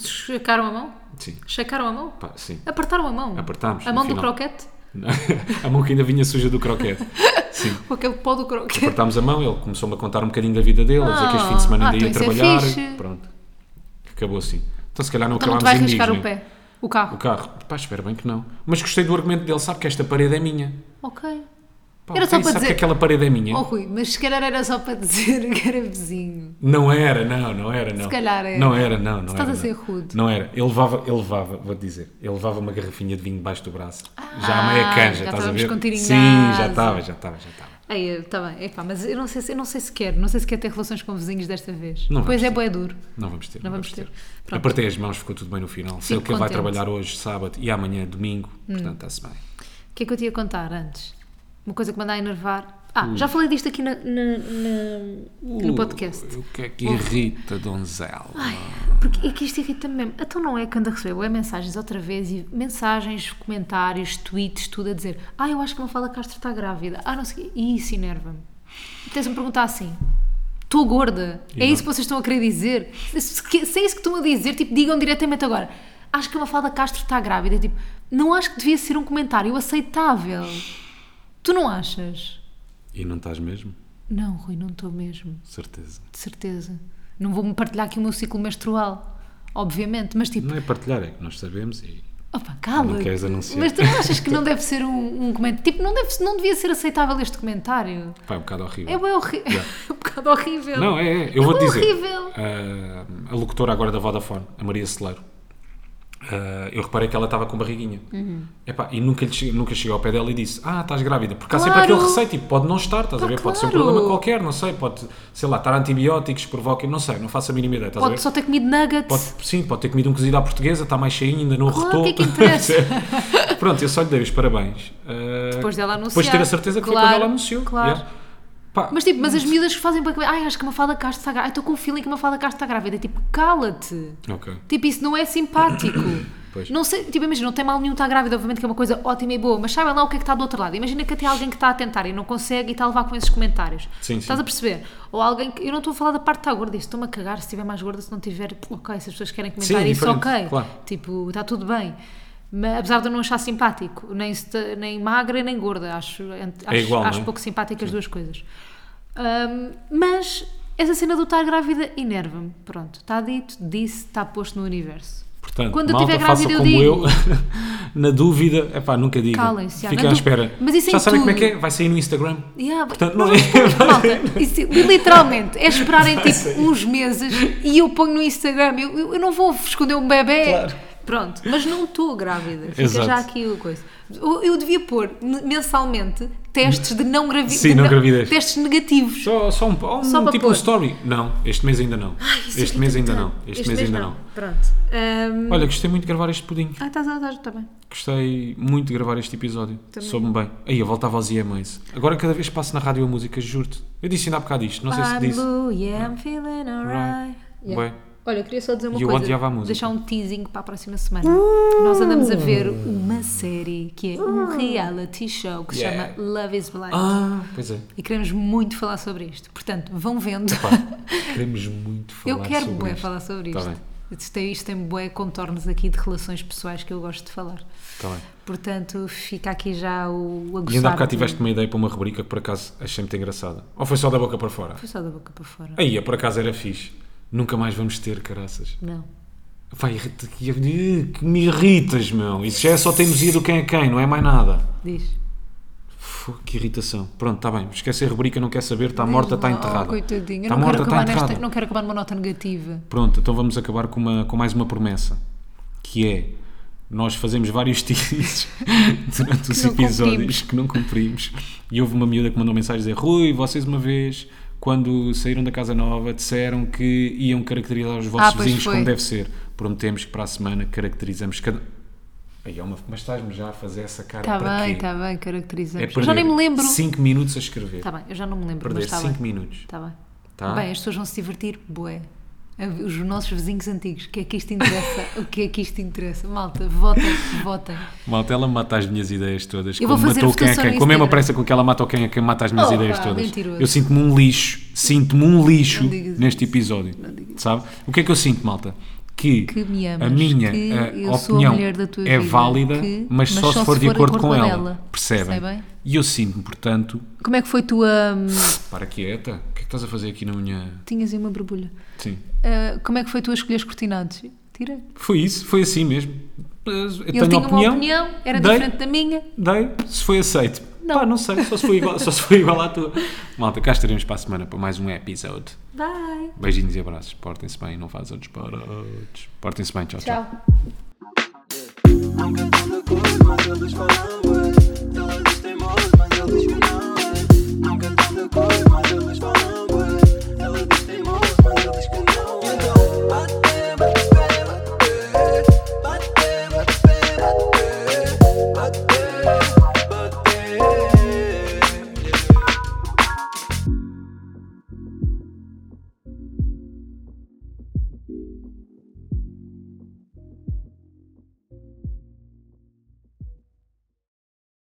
Speaker 1: Checaram a mão?
Speaker 2: Sim,
Speaker 1: Checaram a mão?
Speaker 2: pá, sim. (laughs)
Speaker 1: Apertaram a mão?
Speaker 2: Apertámos,
Speaker 1: A
Speaker 2: no
Speaker 1: mão do
Speaker 2: final.
Speaker 1: croquete?
Speaker 2: a mão que ainda vinha suja do croquete. Sim.
Speaker 1: Com aquele pó do croquete?
Speaker 2: apertámos a mão, ele começou-me a contar um bocadinho da vida dele, a dizer que este fim de semana
Speaker 1: Ah,
Speaker 2: ainda ia
Speaker 1: então isso é
Speaker 2: trabalhar.
Speaker 1: fixe.
Speaker 2: Pronto. Acabou assim. Então se calhar não
Speaker 1: Então não
Speaker 2: acabámos
Speaker 1: te vais
Speaker 2: inimigos,
Speaker 1: riscar
Speaker 2: né?
Speaker 1: o pé, o carro.
Speaker 2: O carro. Pá, espero bem que não. Mas gostei do argumento dele, sabe que esta parede é minha.
Speaker 1: Ok.
Speaker 2: Pá,
Speaker 1: Era
Speaker 2: ok,
Speaker 1: só para
Speaker 2: sabe
Speaker 1: dizer-
Speaker 2: que aquela parede é minha?
Speaker 1: Oh Rui, mas se calhar era só para dizer (laughs) que era vizinho.
Speaker 2: Não era, não, não era, não.
Speaker 1: calhar era.
Speaker 2: Não era, não, não
Speaker 1: Estás
Speaker 2: era,
Speaker 1: a ser
Speaker 2: não.
Speaker 1: rude.
Speaker 2: Não era. Ele levava, ele levava, vou-te dizer, ele levava uma garrafinha de vinho debaixo do braço. já
Speaker 1: Ah,
Speaker 2: a meia canja,
Speaker 1: já
Speaker 2: estás a
Speaker 1: estávamos
Speaker 2: ver?
Speaker 1: com tirinho
Speaker 2: Sim,
Speaker 1: na
Speaker 2: já
Speaker 1: asa.
Speaker 2: estava, já estava, já estava.
Speaker 1: Aí, tá bem, epá, mas eu não sei se eu não sei se quero, não sei se quero ter relações com vizinhos desta vez.
Speaker 2: Não
Speaker 1: pois
Speaker 2: vamos
Speaker 1: é, boé duro.
Speaker 2: Não vamos ter.
Speaker 1: Não vamos ter. Pronto.
Speaker 2: Apertei as mãos, ficou tudo bem no final. Sei
Speaker 1: Fico
Speaker 2: que ele vai
Speaker 1: contente. Hum.
Speaker 2: trabalhar hoje, sábado e amanhã, domingo. Portanto, está-se bem.
Speaker 1: O que é que eu te ia contar antes? Uma coisa que me anda a enervar. Ah,
Speaker 2: Hum.
Speaker 1: já falei disto aqui na- na-
Speaker 2: Uh,
Speaker 1: na- no podcast.
Speaker 2: O que é que irrita, donzela?
Speaker 1: Porque é que isto irrita-me mesmo. Então não é que anda a receber é mensagens outra vez e mensagens, comentários, tweets, tudo a dizer Ah, eu acho que não fala Castro está grávida. Ah, não sei o quê. E isso enerva-me. Tens-me perguntar assim. Estou gorda. é
Speaker 2: não?
Speaker 1: isso que vocês estão a querer dizer? Se que- se é isso que estão a dizer, tipo, digam diretamente agora. Acho que a Mafalda Castro está grávida. Tipo, não acho que devia ser um comentário aceitável. Tu não achas?
Speaker 2: E não estás mesmo?
Speaker 1: Não, Rui, não estou mesmo
Speaker 2: Certeza.
Speaker 1: de certeza. Não vou-me partilhar aqui o meu ciclo menstrual, obviamente, mas tipo,
Speaker 2: Não é partilhar, é que nós sabemos e.
Speaker 1: opa, cala.
Speaker 2: Não queres anunciar.
Speaker 1: Mas tu não achas que não deve ser um, um comentário? Tipo, não, deve, não devia ser aceitável este comentário.
Speaker 2: Pá, é um bocado horrível.
Speaker 1: É bem horrível.
Speaker 2: Yeah.
Speaker 1: É (laughs) um bocado horrível.
Speaker 2: Não, é, é. Eu vou
Speaker 1: bem
Speaker 2: dizer.
Speaker 1: horrível.
Speaker 2: ah, a locutora agora da Vodafone, a Maria Celeiro, ah, eu reparei que ela estava com barriguinha.
Speaker 1: Uhum.
Speaker 2: Epá, e nunca, lhe che- nunca cheguei ao pé dela e disse: Ah, estás grávida. Porque há sempre
Speaker 1: Claro.
Speaker 2: aquele receio, tipo, pode não estar, estás
Speaker 1: Pá,
Speaker 2: a ver? Pode ser um
Speaker 1: claro.
Speaker 2: problema qualquer, não sei, pode, sei lá, estar antibióticos, provoca, não sei, não faço a mínima ideia, estás a
Speaker 1: Pode
Speaker 2: ver?
Speaker 1: só ter comido nuggets.
Speaker 2: Pode, sim, pode ter comido um cozido à portuguesa, está mais cheinho, ainda não
Speaker 1: Claro,
Speaker 2: arrotou.
Speaker 1: o que é que interessa?
Speaker 2: (laughs) Pronto, eu só lhe dei os parabéns. Ah,
Speaker 1: Depois dela anunciar.
Speaker 2: Depois de ter a certeza que foi
Speaker 1: Claro,
Speaker 2: quando ela anunciou.
Speaker 1: claro.
Speaker 2: yeah. Pá,
Speaker 1: Mas tipo, mas as miúdas que fazem para comer, ai, acho que a Mafalda Castro está grávida. Ai, estou com o feeling que a Mafalda Castro está grávida. Tipo, cala-te.
Speaker 2: ok.
Speaker 1: Tipo, isso não é simpático.
Speaker 2: (coughs) Pois.
Speaker 1: Não sei, tipo, imagina, não tem mal nenhum estar grávida, obviamente que é uma coisa ótima e boa, mas saibam lá o que é que está do outro lado. Imagina que até alguém que está a tentar e não consegue e está a levar com esses comentários.
Speaker 2: Sim, sim.
Speaker 1: Estás a perceber? Ou alguém que. Eu não estou a falar da parte que está gorda, isto estou-me a cagar se estiver mais gorda, se não tiver. Ok, se as pessoas querem comentar
Speaker 2: Sim, é
Speaker 1: isso,
Speaker 2: diferente,
Speaker 1: ok.
Speaker 2: claro.
Speaker 1: Tipo, está tá tudo bem. Mas, apesar de eu não achar simpático, nem, sta- nem magra nem gorda, acho, ent- acho,
Speaker 2: igual,
Speaker 1: acho
Speaker 2: não é?
Speaker 1: pouco simpático as duas coisas. Ahm, mas essa cena do estar grávida enerva-me. Pronto, está dito, disse, está posto no universo.
Speaker 2: Portanto,
Speaker 1: Quando eu
Speaker 2: malta,
Speaker 1: tiver
Speaker 2: faça
Speaker 1: grávida, eu
Speaker 2: como eu, (laughs)
Speaker 1: digo.
Speaker 2: na dúvida, é pá, nunca digam.
Speaker 1: Calem-se, ah,
Speaker 2: Fiquem
Speaker 1: na
Speaker 2: à
Speaker 1: dú-
Speaker 2: espera.
Speaker 1: Mas isso em
Speaker 2: Já sabem como é
Speaker 1: tudo.
Speaker 2: que é? Vai sair no Instagram.
Speaker 1: Yeah,
Speaker 2: Portanto,
Speaker 1: nós
Speaker 2: não é-
Speaker 1: vamos
Speaker 2: (laughs)
Speaker 1: pôr- malta, isso, literalmente, é esperarem tipo uns meses e eu ponho no Instagram. Eu, eu- eu não vou esconder um bebê. Pronto, mas não estou grávida. Fica
Speaker 2: Exato.
Speaker 1: já aqui a coisa. Eu, eu devia pôr n- mensalmente testes de não gravidez.
Speaker 2: Sim, não gravidez.
Speaker 1: Testes negativos.
Speaker 2: Só, só um, um
Speaker 1: Só para
Speaker 2: tipo
Speaker 1: pôr.
Speaker 2: um story. Não, este mês ainda não.
Speaker 1: Isso é
Speaker 2: este
Speaker 1: irrita-me
Speaker 2: mês ainda
Speaker 1: tanto.
Speaker 2: não. Este, mês, ainda não.
Speaker 1: Pronto. Ahm,
Speaker 2: Olha, gostei muito de gravar este pudim.
Speaker 1: Ah, estás a estás, tá bem.
Speaker 2: Gostei muito de gravar este episódio.
Speaker 1: Também.
Speaker 2: Soube-me bem. Aí eu voltava aos EMAs. é Agora cada vez que passo na rádio a música, juro-te. Eu disse ainda há bocado isto, não sei se
Speaker 1: I'm
Speaker 2: disse.
Speaker 1: blue, yeah, I'm feeling alright. Ah, Yeah.
Speaker 2: Ué.
Speaker 1: Olha, eu queria só dizer uma
Speaker 2: E eu
Speaker 1: coisa.
Speaker 2: odiava a música.
Speaker 1: Deixar um teasing para a próxima semana. Nós andamos a ver uma série que é um reality show que se
Speaker 2: Yeah.
Speaker 1: chama Love is Blind.
Speaker 2: Ah, pois é.
Speaker 1: E queremos muito falar sobre isto. Portanto, vão vendo. (laughs)
Speaker 2: Queremos muito falar
Speaker 1: eu quero
Speaker 2: sobre
Speaker 1: bué
Speaker 2: isto.
Speaker 1: falar sobre
Speaker 2: Tá
Speaker 1: isto.
Speaker 2: bem.
Speaker 1: Isto tem, isto tem bué contornos aqui de relações pessoais que eu gosto de falar.
Speaker 2: Tá bem.
Speaker 1: Portanto, fica aqui já o aguçar.
Speaker 2: E ainda há bocado
Speaker 1: de-
Speaker 2: tiveste uma ideia para uma rubrica que por acaso achei muito engraçada. Ou foi só da boca para fora?
Speaker 1: Foi só da boca para fora.
Speaker 2: Aí, por acaso era fixe. Nunca mais vamos ter, caraças.
Speaker 1: Não.
Speaker 2: Vai, irrita- que me irritas, meu. Isso já é só teimosia do quem é quem, não é mais nada.
Speaker 1: Diz.
Speaker 2: Fogo, que irritação. Pronto, está bem. Esquece a rubrica, não quer saber, está morta, está
Speaker 1: Oh,
Speaker 2: enterrada.
Speaker 1: coitadinho. Eu
Speaker 2: Está
Speaker 1: não,
Speaker 2: morta,
Speaker 1: quero
Speaker 2: está
Speaker 1: acabar
Speaker 2: tá enterrada.
Speaker 1: nesta, não quero acabar numa nota negativa.
Speaker 2: Pronto, então vamos acabar com, uma, com mais uma promessa, que é nós fazemos vários (laughs) teasers durante os
Speaker 1: não
Speaker 2: episódios
Speaker 1: cumprimos.
Speaker 2: que não cumprimos. E houve uma miúda que mandou mensagem a dizer: Rui, vocês uma vez, quando saíram da Casa Nova, disseram que iam caracterizar os vossos
Speaker 1: Ah, pois
Speaker 2: vizinhos
Speaker 1: foi.
Speaker 2: como deve ser. Prometemos que para a semana caracterizamos cada. Aí é uma... Mas estás-me já a fazer essa cara
Speaker 1: Está
Speaker 2: para
Speaker 1: Tá bem,
Speaker 2: quê?
Speaker 1: está bem, caracterizamos.
Speaker 2: É
Speaker 1: eu já nem me lembro.
Speaker 2: 5 minutos a escrever.
Speaker 1: Está bem, eu já não me lembro, mas
Speaker 2: perder
Speaker 1: está
Speaker 2: 5
Speaker 1: bem.
Speaker 2: minutos.
Speaker 1: Está bem.
Speaker 2: Tá?
Speaker 1: Bem, as pessoas vão se divertir, boé. Os nossos vizinhos antigos, o que é que isto
Speaker 2: (laughs)
Speaker 1: interessa? o que é que isto interessa? Malta, votem, votem.
Speaker 2: Malta, ela mata as minhas ideias todas.
Speaker 1: Eu vou
Speaker 2: como
Speaker 1: fazer
Speaker 2: matou
Speaker 1: a
Speaker 2: quem é
Speaker 1: votação
Speaker 2: quem.
Speaker 1: no
Speaker 2: Com a mesma
Speaker 1: Instagram.
Speaker 2: pressa com que ela mata ou quem é quem mata as minhas
Speaker 1: Oh,
Speaker 2: ideias
Speaker 1: pá,
Speaker 2: todas.
Speaker 1: mentiroso.
Speaker 2: Eu sinto-me um lixo. Sinto-me um lixo
Speaker 1: Não digas
Speaker 2: neste episódio. Sabe? O que é que eu sinto, malta? Que,
Speaker 1: Que me amas,
Speaker 2: a minha
Speaker 1: que
Speaker 2: eh,
Speaker 1: eu sou a
Speaker 2: opinião
Speaker 1: mulher da tua
Speaker 2: é
Speaker 1: vida,
Speaker 2: válida,
Speaker 1: que-
Speaker 2: mas, só, se for de acordo com, ela. Percebem?
Speaker 1: Percebem?
Speaker 2: E eu sinto-me, portanto.
Speaker 1: Como é que foi tua. hum,
Speaker 2: Para quieta. O que é que estás a fazer aqui na minha.
Speaker 1: Tinhas aí uma borbulha.
Speaker 2: Sim.
Speaker 1: Ah, como é que foi tu a escolher os cortinados? Tira.
Speaker 2: Foi isso, foi assim mesmo. Eu
Speaker 1: Ele
Speaker 2: tenho
Speaker 1: tinha
Speaker 2: opinião.
Speaker 1: uma opinião, era
Speaker 2: dei.
Speaker 1: diferente da minha.
Speaker 2: Dei, se foi aceito.
Speaker 1: Não.
Speaker 2: Não. Pá, não sei, só se foi igual, só se foi igual à tua. Malta, cá estaremos para a semana para mais um episódio.
Speaker 1: Bye.
Speaker 2: Beijinhos e abraços. Portem-se bem, não façam disparates. Portem-se bem, tchau. tchau.
Speaker 1: Tchau.
Speaker 3: Nunca tão de cor, mas eles falam bué. Todas têm mãos, mas eles me